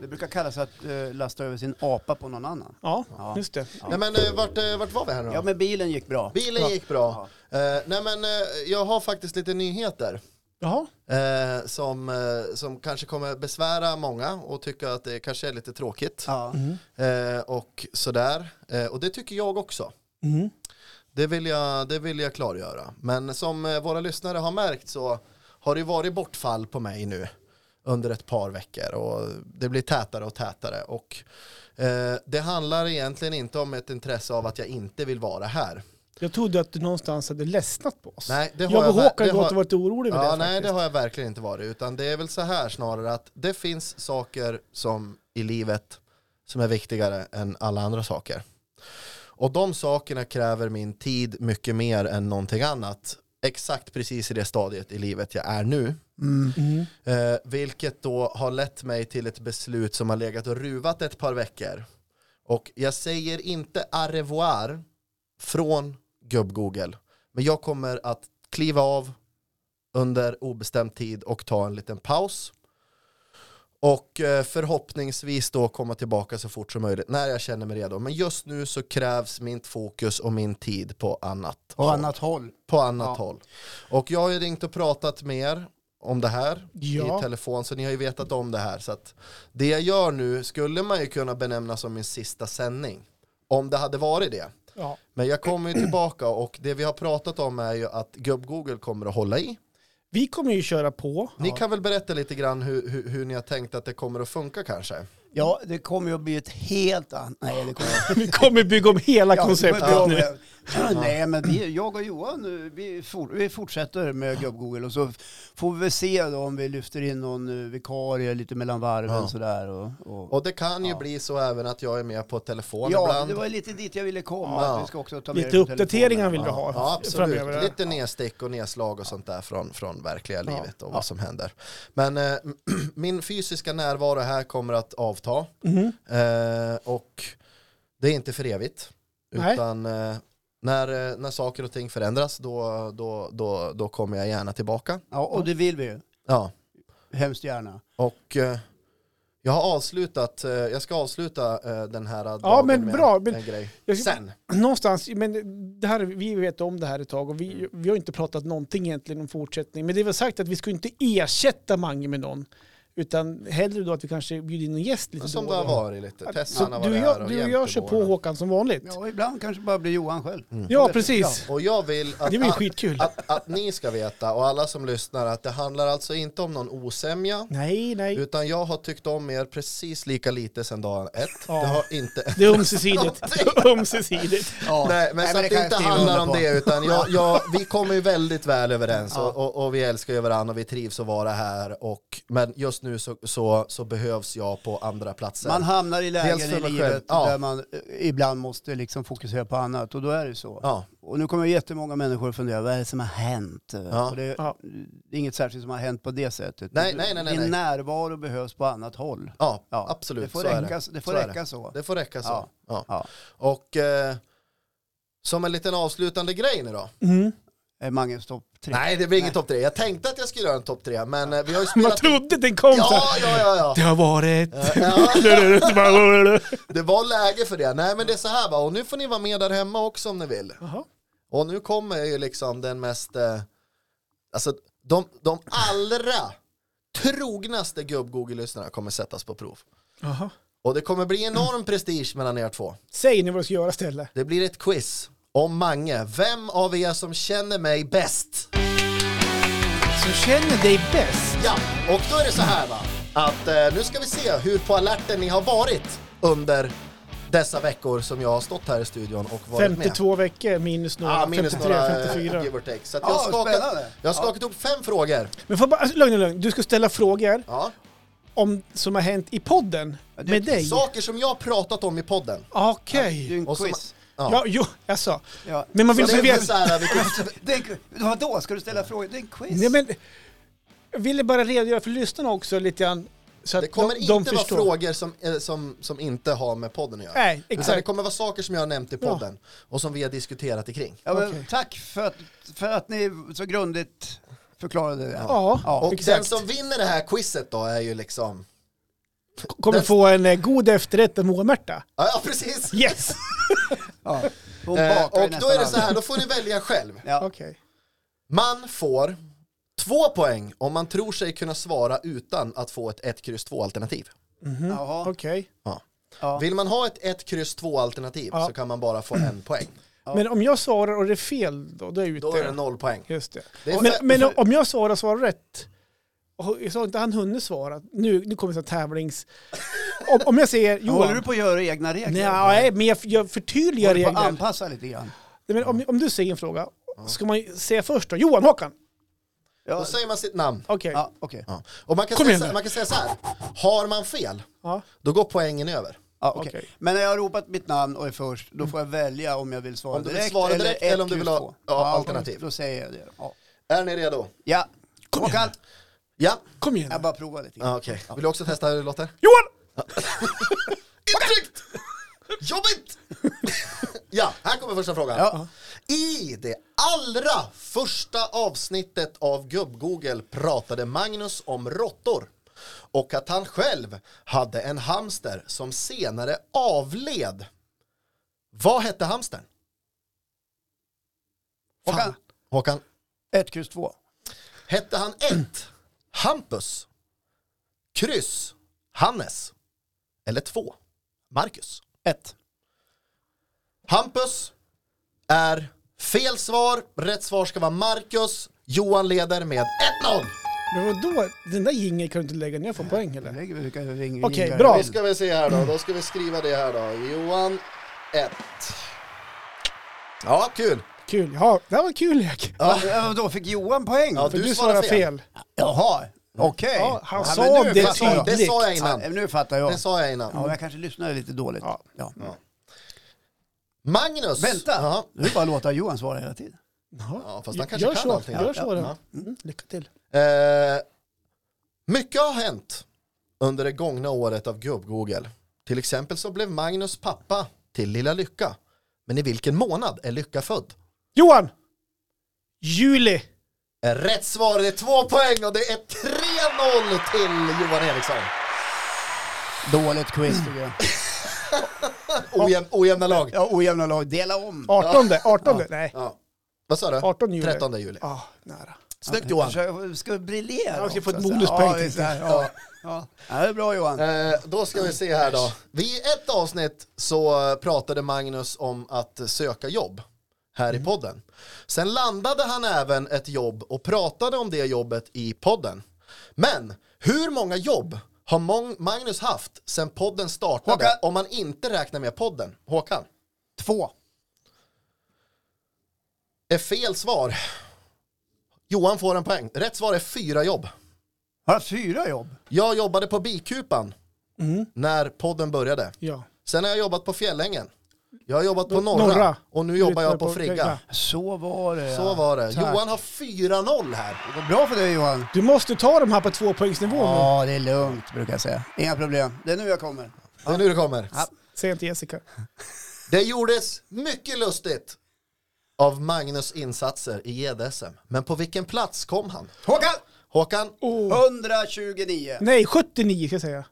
[SPEAKER 2] Det brukar kallas att eh, lasta över sin apa på någon annan.
[SPEAKER 3] Ja, just det.
[SPEAKER 1] Nej men eh, vart, eh, vart var vi här nu
[SPEAKER 2] Ja,
[SPEAKER 1] då?
[SPEAKER 2] men bilen gick bra.
[SPEAKER 1] Bilen gick bra. Eh, nej men eh, jag har faktiskt lite nyheter.
[SPEAKER 3] Jaha.
[SPEAKER 1] Eh, som, eh, som kanske kommer besvära många och tycka att det kanske är lite tråkigt.
[SPEAKER 2] Ja.
[SPEAKER 1] Eh, och sådär. Eh, och det tycker jag också.
[SPEAKER 3] Mm.
[SPEAKER 1] Det vill, jag, det vill jag klargöra. Men som eh, våra lyssnare har märkt så har det varit bortfall på mig nu under ett par veckor och det blir tätare och tätare. Och, eh, det handlar egentligen inte om ett intresse av att jag inte vill vara här.
[SPEAKER 3] Jag trodde att du någonstans hade ledsnat på oss.
[SPEAKER 1] Nej, det har
[SPEAKER 3] jag och
[SPEAKER 1] jag ver-
[SPEAKER 3] Håkan
[SPEAKER 1] det
[SPEAKER 3] har
[SPEAKER 1] har-
[SPEAKER 3] gått och varit oroliga över
[SPEAKER 1] Ja,
[SPEAKER 3] det
[SPEAKER 1] nej, det
[SPEAKER 3] faktiskt.
[SPEAKER 1] har jag verkligen inte varit. Utan det är väl så här snarare att det finns saker som i livet som är viktigare än alla andra saker. Och de sakerna kräver min tid mycket mer än någonting annat. Exakt precis i det stadiet i livet jag är nu.
[SPEAKER 3] Mm.
[SPEAKER 1] Eh, vilket då har lett mig till ett beslut som har legat och ruvat ett par veckor. Och jag säger inte au revoir från gubb-Google. Men jag kommer att kliva av under obestämd tid och ta en liten paus. Och eh, förhoppningsvis då komma tillbaka så fort som möjligt när jag känner mig redo. Men just nu så krävs mitt fokus och min tid på annat
[SPEAKER 2] På annat håll.
[SPEAKER 1] på annat
[SPEAKER 2] Ja.
[SPEAKER 1] håll. Och jag har ju ringt och pratat med er om det här
[SPEAKER 3] Ja.
[SPEAKER 1] i telefon, så ni har ju vetat om det här. Så att det jag gör nu skulle man ju kunna benämna som min sista sändning, om det hade varit det.
[SPEAKER 3] Ja.
[SPEAKER 1] Men jag kommer ju tillbaka och det vi har pratat om är ju att gubb-Google kommer att hålla i.
[SPEAKER 3] Vi kommer ju köra på.
[SPEAKER 1] Ni kan väl berätta lite grann hur, hur, hur ni har tänkt att det kommer att funka kanske?
[SPEAKER 2] Ja, det kommer ju att bli ett helt annat... Nej, det kommer
[SPEAKER 3] Vi kommer bygga om hela konceptet
[SPEAKER 2] Ja,
[SPEAKER 3] nu.
[SPEAKER 2] men- Nej, men vi, jag och Johan eh, vi, for, vi fortsätter med gubb-Google och så får vi väl se då om vi lyfter in någon eh, vikarie lite mellan varven
[SPEAKER 1] Ja.
[SPEAKER 2] sådär. Och, och,
[SPEAKER 1] Och det kan ju bli så även att jag är med på telefon
[SPEAKER 2] ja,
[SPEAKER 1] ibland.
[SPEAKER 2] det var lite dit jag ville komma.
[SPEAKER 1] Ja.
[SPEAKER 2] Att vi ska också ta med
[SPEAKER 3] Lite
[SPEAKER 2] det på
[SPEAKER 3] uppdateringar
[SPEAKER 2] telefonen.
[SPEAKER 3] vill vi ha
[SPEAKER 1] Ja, absolut.
[SPEAKER 3] framöver.
[SPEAKER 1] Lite nedstick och nedslag och sånt där från, från verkliga livet och
[SPEAKER 2] Ja.
[SPEAKER 1] vad som händer. Men eh, min fysiska närvaro här kommer att avta
[SPEAKER 3] Mhm.
[SPEAKER 1] eh, och det är inte för evigt.
[SPEAKER 3] Nej.
[SPEAKER 1] Utan eh, när, eh, när saker och ting förändras då, då, då, då kommer jag gärna tillbaka.
[SPEAKER 2] Ja, och det vill vi ju.
[SPEAKER 1] Ja.
[SPEAKER 2] Hemskt gärna.
[SPEAKER 1] Och eh, jag har avslutat, eh, jag ska avsluta eh, den här dagen
[SPEAKER 3] men
[SPEAKER 1] med
[SPEAKER 3] bra,
[SPEAKER 1] en,
[SPEAKER 3] men-
[SPEAKER 1] en grej.
[SPEAKER 3] Jag ska-
[SPEAKER 1] Sen.
[SPEAKER 3] Någonstans, men det här, vi vet om det här ett tag och vi, vi har inte pratat någonting egentligen om fortsättning. Men det är väl sagt att vi ska inte ersätta Mange med någon. Utan hellre då att vi kanske bjuder in en gäst lite
[SPEAKER 1] Som
[SPEAKER 3] då
[SPEAKER 1] det
[SPEAKER 3] och
[SPEAKER 1] har
[SPEAKER 3] då.
[SPEAKER 1] varit lite.
[SPEAKER 3] Så
[SPEAKER 1] Tessan har
[SPEAKER 3] du
[SPEAKER 1] varit
[SPEAKER 3] och
[SPEAKER 1] här
[SPEAKER 3] jag,
[SPEAKER 1] och
[SPEAKER 3] du och jag
[SPEAKER 1] jämt i
[SPEAKER 3] kör på
[SPEAKER 1] båren.
[SPEAKER 3] Håkan som vanligt.
[SPEAKER 2] Ja, och ibland kanske bara blir Johan själv.
[SPEAKER 1] Mm.
[SPEAKER 3] Ja, precis.
[SPEAKER 1] Och jag vill att,
[SPEAKER 3] Det blir
[SPEAKER 1] att,
[SPEAKER 3] skitkul.
[SPEAKER 1] att, att ni ska veta och alla som lyssnar att det handlar alltså inte om någon osämja
[SPEAKER 3] Nej, nej.
[SPEAKER 1] utan jag har tyckt om er precis lika lite sedan dag ett.
[SPEAKER 3] Ja.
[SPEAKER 1] Det har inte...
[SPEAKER 3] Det är ömsesidigt. ömsesidigt.
[SPEAKER 2] Ja.
[SPEAKER 1] Nej, men så
[SPEAKER 2] det
[SPEAKER 1] att
[SPEAKER 2] kan
[SPEAKER 1] det
[SPEAKER 2] jag
[SPEAKER 1] inte
[SPEAKER 2] skriva
[SPEAKER 1] handlar
[SPEAKER 2] under
[SPEAKER 1] om
[SPEAKER 2] på.
[SPEAKER 1] det utan jag, jag, vi kommer ju väldigt väl överens och, och, och vi älskar ju varandra och vi trivs att vara här och men just nu så, så, så behövs jag på andra platser.
[SPEAKER 2] Man hamnar i lägen
[SPEAKER 1] Dels för
[SPEAKER 2] i
[SPEAKER 1] mig
[SPEAKER 2] livet
[SPEAKER 1] själv, ja.
[SPEAKER 2] där man eh, ibland måste liksom fokusera på annat och då är det så.
[SPEAKER 1] Ja.
[SPEAKER 2] Och nu kommer jättemånga människor att fundera, vad är det som har hänt?
[SPEAKER 1] Ja.
[SPEAKER 2] Och det är
[SPEAKER 3] Ja.
[SPEAKER 2] det är inget särskilt som har hänt på det sättet.
[SPEAKER 1] Nej, nej, nej, nej,
[SPEAKER 2] Din
[SPEAKER 1] nej.
[SPEAKER 2] närvaro behövs på annat håll.
[SPEAKER 1] Ja,
[SPEAKER 2] Ja,
[SPEAKER 1] absolut.
[SPEAKER 2] det får
[SPEAKER 1] så är
[SPEAKER 2] räcka så- det får
[SPEAKER 1] Så är
[SPEAKER 2] räcka så.
[SPEAKER 1] Det får räcka så.
[SPEAKER 2] Ja.
[SPEAKER 1] Ja.
[SPEAKER 2] Ja.
[SPEAKER 1] Och eh, som en liten avslutande grej nu då.
[SPEAKER 3] Mm.
[SPEAKER 2] Är Manges topp tre?
[SPEAKER 1] Nej, det blir ingen topp tre. Jag tänkte att jag skulle göra en topp tre, men eh, vi har ju
[SPEAKER 3] Man
[SPEAKER 1] spelat...
[SPEAKER 3] trodde den kom så
[SPEAKER 1] Ja,
[SPEAKER 3] här.
[SPEAKER 1] ja, ja, ja.
[SPEAKER 3] Det har varit...
[SPEAKER 1] Ja,
[SPEAKER 3] Bara-
[SPEAKER 1] det var läge för det. Nej, men det är så här va, och nu får ni vara med där hemma också om ni vill.
[SPEAKER 3] Jaha.
[SPEAKER 1] Och nu kommer ju liksom den mest, eh, alltså de, de allra trognaste gubb-Google-lyssnarna kommer sättas på prov.
[SPEAKER 3] Jaha.
[SPEAKER 1] Och det kommer bli enorm prestige mellan er två.
[SPEAKER 3] Säg nu vad du ska göra istället.
[SPEAKER 1] Det blir ett quiz om Mange. Vem av er som känner mig bäst?
[SPEAKER 3] Som känner dig bäst.
[SPEAKER 1] Ja, och då är det så här va, att eh, nu ska vi se hur på alerten ni har varit under dessa veckor som jag har stått här i studion och varit med.
[SPEAKER 3] 52 veckor minus några,
[SPEAKER 1] Ah, minus
[SPEAKER 3] 53,
[SPEAKER 1] några, eh,
[SPEAKER 3] 54.
[SPEAKER 1] give or take. Så att
[SPEAKER 2] Ja,
[SPEAKER 1] jag har skakat,
[SPEAKER 2] spännande.
[SPEAKER 1] jag har skakat ihop fem frågor.
[SPEAKER 3] Men får bara, alltså, lugn, lugn. Du ska ställa frågor
[SPEAKER 1] Ja.
[SPEAKER 3] om, som har hänt i podden
[SPEAKER 2] det-
[SPEAKER 3] med dig.
[SPEAKER 1] Saker som jag har pratat om i podden.
[SPEAKER 2] Det är
[SPEAKER 3] Okej.
[SPEAKER 2] en
[SPEAKER 1] Och som-
[SPEAKER 2] quiz.
[SPEAKER 1] Ja.
[SPEAKER 3] Ja, jo, alltså.
[SPEAKER 2] Ja.
[SPEAKER 3] Men man
[SPEAKER 1] Så
[SPEAKER 3] vill
[SPEAKER 1] det
[SPEAKER 3] ju
[SPEAKER 1] är väl
[SPEAKER 3] veta.
[SPEAKER 1] så här, vi kan-
[SPEAKER 2] Det är en quiz. Vadå, ska du ställa frågor? Det är en quiz.
[SPEAKER 3] Nej, men, jag ville bara redogöra för lyssnarna också lite grann. Så att
[SPEAKER 1] Det kommer
[SPEAKER 3] de,
[SPEAKER 1] inte
[SPEAKER 3] de
[SPEAKER 1] vara
[SPEAKER 3] förstår.
[SPEAKER 1] frågor som, eh, som, som inte har med podden att göra.
[SPEAKER 3] Nej,
[SPEAKER 1] Utan
[SPEAKER 3] exakt.
[SPEAKER 1] Det kommer vara saker som jag har nämnt i podden och som vi har diskuterat ikring.
[SPEAKER 2] ja, men
[SPEAKER 3] Okej.
[SPEAKER 2] Tack för att, för att ni så grundligt förklarade det.
[SPEAKER 3] Ja,
[SPEAKER 1] Och den
[SPEAKER 3] exakt.
[SPEAKER 1] som vinner det här quizet då är ju liksom...
[SPEAKER 3] Kommer få en eh, god efterrätt av Moa-Märta.
[SPEAKER 1] Ja, ja precis!
[SPEAKER 3] Yes!
[SPEAKER 2] Ja. Hon
[SPEAKER 1] Eh,
[SPEAKER 2] bakar ju
[SPEAKER 1] och då
[SPEAKER 2] nästan
[SPEAKER 1] är det så här,
[SPEAKER 2] aldrig.
[SPEAKER 1] då får ni välja själv.
[SPEAKER 2] Ja.
[SPEAKER 3] Okej.
[SPEAKER 1] Man får två poäng om man tror sig kunna svara utan att få ett 1, kryss 2 alternativ.
[SPEAKER 2] Jaha.
[SPEAKER 3] Okej.
[SPEAKER 2] Ja.
[SPEAKER 1] Vill man ha ett 1, kryss 2 alternativ
[SPEAKER 3] Ja.
[SPEAKER 1] så kan man bara få en poäng.
[SPEAKER 3] Men om jag svarar och det är fel då, då är jag ute.
[SPEAKER 1] Då är det noll poäng.
[SPEAKER 3] Just det.
[SPEAKER 1] Det är
[SPEAKER 3] men
[SPEAKER 1] för-
[SPEAKER 3] men
[SPEAKER 1] för-
[SPEAKER 3] om jag svarar och svarar rätt, Och jag sa inte han hunnit svara. Nu, nu kommer en sån här tävlings... Om, om jag säger
[SPEAKER 2] Håller
[SPEAKER 3] Johan...
[SPEAKER 2] du på att göra egna regler?
[SPEAKER 3] Nej, men jag, jag förtydligar
[SPEAKER 2] Håller du på att
[SPEAKER 3] regler.
[SPEAKER 2] anpassa lite grann?
[SPEAKER 3] Nej, men om, om du säger en fråga, ska man ju säga först då? Johan, Håkan?
[SPEAKER 1] Då
[SPEAKER 2] Ja,
[SPEAKER 1] säger man sitt namn.
[SPEAKER 3] Okej.
[SPEAKER 2] ja okej.
[SPEAKER 1] Ja. Och man kan,
[SPEAKER 3] Kom
[SPEAKER 1] säga
[SPEAKER 3] igen
[SPEAKER 1] så,
[SPEAKER 3] nu.
[SPEAKER 1] man kan säga så här, har man fel,
[SPEAKER 3] Ja.
[SPEAKER 1] då går poängen över.
[SPEAKER 2] Ja, okej.
[SPEAKER 3] Okej.
[SPEAKER 2] Men när jag har ropat mitt namn och är först, då får jag välja om jag vill svara
[SPEAKER 1] Om du vill
[SPEAKER 2] direkt,
[SPEAKER 1] svara direkt
[SPEAKER 2] ett
[SPEAKER 1] eller om du vill ha-
[SPEAKER 2] Q2.
[SPEAKER 1] ja, alternativ.
[SPEAKER 2] Då säger jag det. Ja.
[SPEAKER 1] Är ni redo?
[SPEAKER 2] ja.
[SPEAKER 3] Kom
[SPEAKER 2] Och
[SPEAKER 3] igen.
[SPEAKER 2] allt-
[SPEAKER 1] Ja,
[SPEAKER 3] Kom igen.
[SPEAKER 2] Jag bara provar lite grann.
[SPEAKER 1] ja okej. Vill du också testa hur det låter?
[SPEAKER 3] Johan!
[SPEAKER 1] Intryckt! Jobbigt! ja, här kommer första frågan.
[SPEAKER 2] Ja.
[SPEAKER 1] I det allra första avsnittet av Gubb-Google pratade Magnus om råttor och att han själv hade en hamster som senare avled. Vad hette hamstern?
[SPEAKER 2] Håkan,
[SPEAKER 1] Håkan.
[SPEAKER 2] 1, kryss 2.
[SPEAKER 1] Hette han 1. Hampus. Kryss. Hannes. Eller 2. Marcus.
[SPEAKER 2] 1.
[SPEAKER 1] Hampus är fel svar. Rätt svar ska vara Marcus. Johan leder med 1-0.
[SPEAKER 3] Men vadå? Den där jingeln kan du inte lägga ner för poäng eller?
[SPEAKER 2] Lägger vi vilka ring-
[SPEAKER 3] Okej,
[SPEAKER 2] ringar
[SPEAKER 3] bra.
[SPEAKER 1] Då
[SPEAKER 2] vi vill.
[SPEAKER 1] ska vi se här då. Då ska vi skriva det här då. Johan 1. Ja, kul.
[SPEAKER 3] Kul. Ja, det här var en kul lek.
[SPEAKER 2] Ja, men då fick Johan poäng?
[SPEAKER 1] Ja,
[SPEAKER 3] För
[SPEAKER 1] du
[SPEAKER 3] du,
[SPEAKER 1] svarar
[SPEAKER 3] svarar fel.
[SPEAKER 2] Jaha, okej.
[SPEAKER 3] Ja, han
[SPEAKER 2] men
[SPEAKER 3] sa
[SPEAKER 2] nu
[SPEAKER 3] det
[SPEAKER 2] fattar jag.
[SPEAKER 1] Det sa jag
[SPEAKER 2] Ja,
[SPEAKER 1] innan.
[SPEAKER 2] nu fattar jag.
[SPEAKER 1] Det sa jag innan.
[SPEAKER 2] Ja, men jag kanske lyssnade lite dåligt. Ja.
[SPEAKER 3] Ja.
[SPEAKER 1] Magnus.
[SPEAKER 2] Vänta,
[SPEAKER 1] Ja.
[SPEAKER 2] nu är det bara att låta Johan svara hela tiden.
[SPEAKER 1] Ja, fast han kanske
[SPEAKER 3] gör
[SPEAKER 1] kan
[SPEAKER 3] så.
[SPEAKER 1] allting.
[SPEAKER 3] Gör så
[SPEAKER 1] Ja.
[SPEAKER 3] då. Mm. Lycka till.
[SPEAKER 1] Eh, mycket har hänt under det gångna året av gubb-Google. Till exempel så blev Magnus pappa till Lilla Lycka. Men i vilken månad är Lycka född?
[SPEAKER 3] Johan! Juli!
[SPEAKER 1] Eh, Rätt svar är två poäng och det är 3-0 till Johan Eriksson.
[SPEAKER 2] Dåligt quiz tycker jag.
[SPEAKER 1] Ojäm, ojämna lag.
[SPEAKER 2] Ja, ojämna lag, dela om.
[SPEAKER 3] 18. 18. Nej.
[SPEAKER 1] Ja. Vad sa du?
[SPEAKER 3] 18 juli.
[SPEAKER 1] 13 juli.
[SPEAKER 3] Ah, nära.
[SPEAKER 1] Snyggt Johan.
[SPEAKER 2] Försök- Ska briljera
[SPEAKER 3] Jag ska få ett
[SPEAKER 2] också, så här.
[SPEAKER 3] bonuspoäng,
[SPEAKER 2] Ja,
[SPEAKER 3] tänkte
[SPEAKER 2] visst, ja, ja. ja, det är bra Johan.
[SPEAKER 1] Eh, då ska vi se här då. Vi I ett avsnitt så eh, pratade Magnus om att söka jobb här
[SPEAKER 2] Mm.
[SPEAKER 1] i podden. Sen landade han även ett jobb och pratade om det jobbet i podden. Men hur många jobb har Mång- Magnus haft sen podden startade
[SPEAKER 2] Håkan.
[SPEAKER 1] om man inte räknar med podden? Håkan,
[SPEAKER 2] Två.
[SPEAKER 1] är fel svar. Johan får en poäng. Rätt svar är fyra jobb.
[SPEAKER 2] Har jag fyra jobb?
[SPEAKER 1] Jag jobbade på Bikupan när podden började.
[SPEAKER 3] Ja.
[SPEAKER 1] Sen har jag jobbat på Fjällängen. Jag har jobbat på Norra.
[SPEAKER 3] Norra.
[SPEAKER 1] Och nu jobbar jag på
[SPEAKER 3] Lyssnar på
[SPEAKER 1] Frigga.
[SPEAKER 3] Frigga.
[SPEAKER 2] Så var det ja.
[SPEAKER 1] Så var det.
[SPEAKER 2] Tack.
[SPEAKER 1] Johan har 4-0 här.
[SPEAKER 2] Det går bra för dig Johan.
[SPEAKER 3] Du måste ta de här på tvåpoängsnivå nu.
[SPEAKER 2] Ja, det är lugnt brukar jag säga. Inga problem. Det är nu jag kommer.
[SPEAKER 1] Det är nu det kommer.
[SPEAKER 2] Ja.
[SPEAKER 3] Säg inte Jessica.
[SPEAKER 1] Det gjordes mycket lustigt av Magnus insatser i E GDSM. Men på vilken plats kom han?
[SPEAKER 2] Håkan!
[SPEAKER 1] Håkan,
[SPEAKER 3] Oh.
[SPEAKER 2] 129.
[SPEAKER 3] Nej, 79 ska jag säga.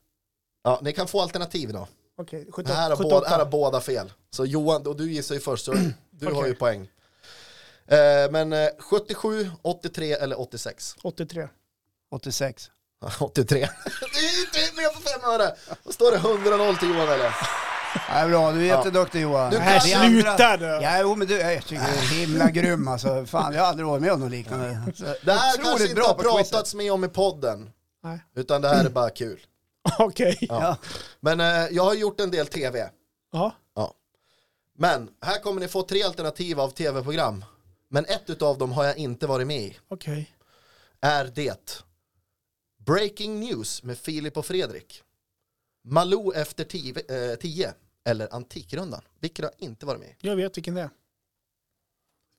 [SPEAKER 1] ja, ni kan få alternativ då.
[SPEAKER 3] Okej,
[SPEAKER 1] Det
[SPEAKER 3] 78.
[SPEAKER 1] här har, båda, här har båda fel. Så Johan, och du gissar ju först, så du har ju
[SPEAKER 3] Okej.
[SPEAKER 1] poäng. Eh, men eh, 77, 83 eller 86?
[SPEAKER 3] 83.
[SPEAKER 2] 86.
[SPEAKER 1] 83. det är ju inte mer för fem öre! Då står det 100-0 till Johan eller?
[SPEAKER 2] Ja, bra, du är jätteduktig Johan.
[SPEAKER 1] Du-
[SPEAKER 3] Nej,
[SPEAKER 1] Vi
[SPEAKER 3] sluta du!
[SPEAKER 2] Ja, jo, men du, jag tycker du är himla grym alltså. Fan, jag har aldrig varit med om något liknande. Så,
[SPEAKER 1] Det här
[SPEAKER 2] otroligt
[SPEAKER 1] kanske inte har
[SPEAKER 2] på quizet.
[SPEAKER 1] pratats med om i podden,
[SPEAKER 3] Nej.
[SPEAKER 1] utan det här är bara kul.
[SPEAKER 3] Okej.
[SPEAKER 2] Ja.
[SPEAKER 1] Men eh, jag har gjort en del tv.
[SPEAKER 3] Ja.
[SPEAKER 1] Ja. Men här kommer ni få tre alternativ av tv-program. Men ett utav dem har jag inte varit med i.
[SPEAKER 3] Okej.
[SPEAKER 1] Är det Breaking News med Filip och Fredrik? Malou efter tio, eh, tio eller Antikrundan? Vilket har jag inte varit med i.
[SPEAKER 3] Jag vet vilken det är.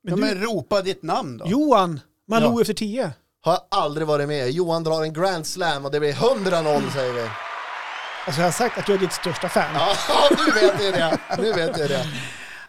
[SPEAKER 3] Men
[SPEAKER 2] Ja,
[SPEAKER 3] du,
[SPEAKER 2] men ropa ditt namn då.
[SPEAKER 3] Johan! Malou
[SPEAKER 1] Ja.
[SPEAKER 3] efter 10.
[SPEAKER 1] Har jag aldrig varit med i. Johan drar en grand slam och det blir 100-0 säger vi.
[SPEAKER 3] Alltså jag har sagt att jag är ditt största fan.
[SPEAKER 1] Ja, nu vet jag det. Nu vet jag det.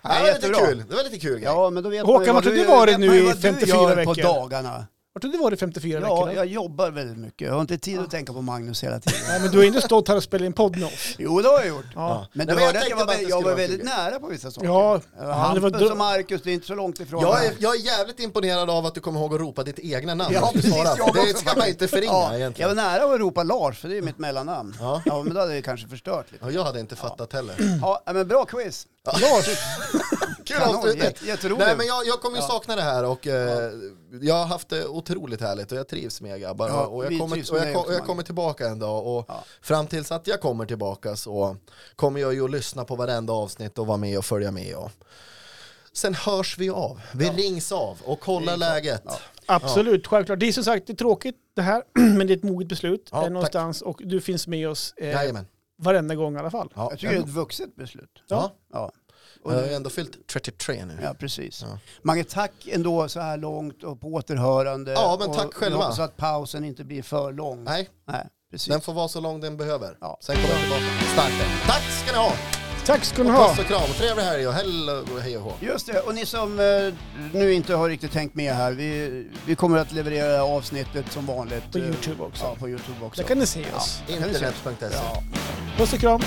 [SPEAKER 1] Ja, det, var lite
[SPEAKER 2] jättebra.
[SPEAKER 1] kul. det var lite kul. grej.
[SPEAKER 2] Ja, men då vet
[SPEAKER 3] Håkan,
[SPEAKER 2] man ju vad
[SPEAKER 3] vart har du
[SPEAKER 2] vet
[SPEAKER 3] varit
[SPEAKER 2] man
[SPEAKER 3] nu
[SPEAKER 2] ju
[SPEAKER 3] i
[SPEAKER 2] vad du
[SPEAKER 3] 54
[SPEAKER 2] gör på
[SPEAKER 3] veckor?
[SPEAKER 2] dagarna.
[SPEAKER 3] Vart har du varit i 54
[SPEAKER 2] Ja,
[SPEAKER 3] veckor?
[SPEAKER 2] jag jobbar väldigt mycket. Jag har inte
[SPEAKER 1] Ah.
[SPEAKER 2] tid att tänka på Magnus hela tiden.
[SPEAKER 3] Nej, men du har inte stått här och spelat in podd med oss.
[SPEAKER 2] Jo, det har jag gjort.
[SPEAKER 3] Ja.
[SPEAKER 1] Nej,
[SPEAKER 2] Men du
[SPEAKER 1] men jag
[SPEAKER 2] hörde att
[SPEAKER 1] tänkte
[SPEAKER 2] jag var,
[SPEAKER 1] bara att det
[SPEAKER 2] vä- jag
[SPEAKER 1] skulle
[SPEAKER 2] var
[SPEAKER 1] vara
[SPEAKER 2] väldigt
[SPEAKER 1] kul.
[SPEAKER 2] nära på vissa saker.
[SPEAKER 3] Ja.
[SPEAKER 2] Ja,
[SPEAKER 3] men det var
[SPEAKER 2] Hampus
[SPEAKER 3] dum-
[SPEAKER 2] och Marcus, det är inte så långt ifrån.
[SPEAKER 1] Jag är, jag är jävligt imponerad av att du kommer ihåg att ropa ditt egna namn.
[SPEAKER 2] Ja,
[SPEAKER 1] när du
[SPEAKER 2] precis,
[SPEAKER 1] svarar.
[SPEAKER 2] jag
[SPEAKER 1] det
[SPEAKER 2] också
[SPEAKER 1] ska man inte förringa
[SPEAKER 2] ja, jag
[SPEAKER 1] egentligen.
[SPEAKER 2] var nära att ropa Lars, för det är mitt mellannamn.
[SPEAKER 1] Ja. Mm.
[SPEAKER 2] Ja. men då hade jag kanske förstört lite.
[SPEAKER 1] Ja, jag hade inte fattat heller.
[SPEAKER 2] Ja, men bra quiz.
[SPEAKER 3] Lars!
[SPEAKER 1] Kul
[SPEAKER 2] Kanon,
[SPEAKER 1] avslutning.
[SPEAKER 2] jätte- jätteroligt.
[SPEAKER 1] Nej men jag, jag kommer ju
[SPEAKER 2] Ja.
[SPEAKER 1] sakna det här och eh, jag har haft det otroligt härligt och jag trivs med er grabbar.
[SPEAKER 2] Ja,
[SPEAKER 1] och jag
[SPEAKER 2] vi
[SPEAKER 1] kommer,
[SPEAKER 2] trivs
[SPEAKER 1] och
[SPEAKER 2] med
[SPEAKER 1] jag,
[SPEAKER 2] dig
[SPEAKER 1] kom-
[SPEAKER 2] också,
[SPEAKER 1] och jag
[SPEAKER 2] Mange.
[SPEAKER 1] kommer tillbaka en dag och
[SPEAKER 2] Ja.
[SPEAKER 1] fram tills att jag kommer tillbaka så kommer jag ju att lyssna på varenda avsnitt och vara med och följa med. Och. Sen hörs vi av, vi rings av och kollar läget.
[SPEAKER 3] Absolut, självklart. Det är som sagt det är tråkigt det här, men det är ett moget beslut
[SPEAKER 1] Ja,
[SPEAKER 3] eh,
[SPEAKER 1] tack.
[SPEAKER 3] någonstans och du finns med oss eh,
[SPEAKER 1] Jajamän.
[SPEAKER 3] varenda gång i alla fall.
[SPEAKER 1] Ja.
[SPEAKER 2] Jag tycker det är ett vuxet beslut.
[SPEAKER 1] Ja.
[SPEAKER 2] Ja,
[SPEAKER 1] Jag har ju ändå fyllt 33 nu.
[SPEAKER 2] ja precis.
[SPEAKER 1] Ja.
[SPEAKER 2] Mange, tack ändå så här långt och på återhörande.
[SPEAKER 1] Ja, men
[SPEAKER 2] och,
[SPEAKER 1] tack själva.
[SPEAKER 2] Så att pausen inte blir för lång.
[SPEAKER 1] Nej,
[SPEAKER 2] Nej, precis.
[SPEAKER 1] den får vara så lång den behöver.
[SPEAKER 2] Ja.
[SPEAKER 1] Sen kommer jag tillbaka starkt. Tack ska ni ha!
[SPEAKER 3] Tack ska ni ha.
[SPEAKER 1] Puss och kram, trevlig helg och hell och hej och hå.
[SPEAKER 2] Just det, och ni som eh, nu inte har riktigt tänkt med här, vi, vi kommer att leverera avsnittet som vanligt.
[SPEAKER 3] På
[SPEAKER 2] eh,
[SPEAKER 3] YouTube också.
[SPEAKER 2] Ja, på YouTube också.
[SPEAKER 3] Där kan ni se oss.
[SPEAKER 2] Ja, kan vi se.
[SPEAKER 1] Internet.se
[SPEAKER 2] Ja.
[SPEAKER 3] Puss och kram.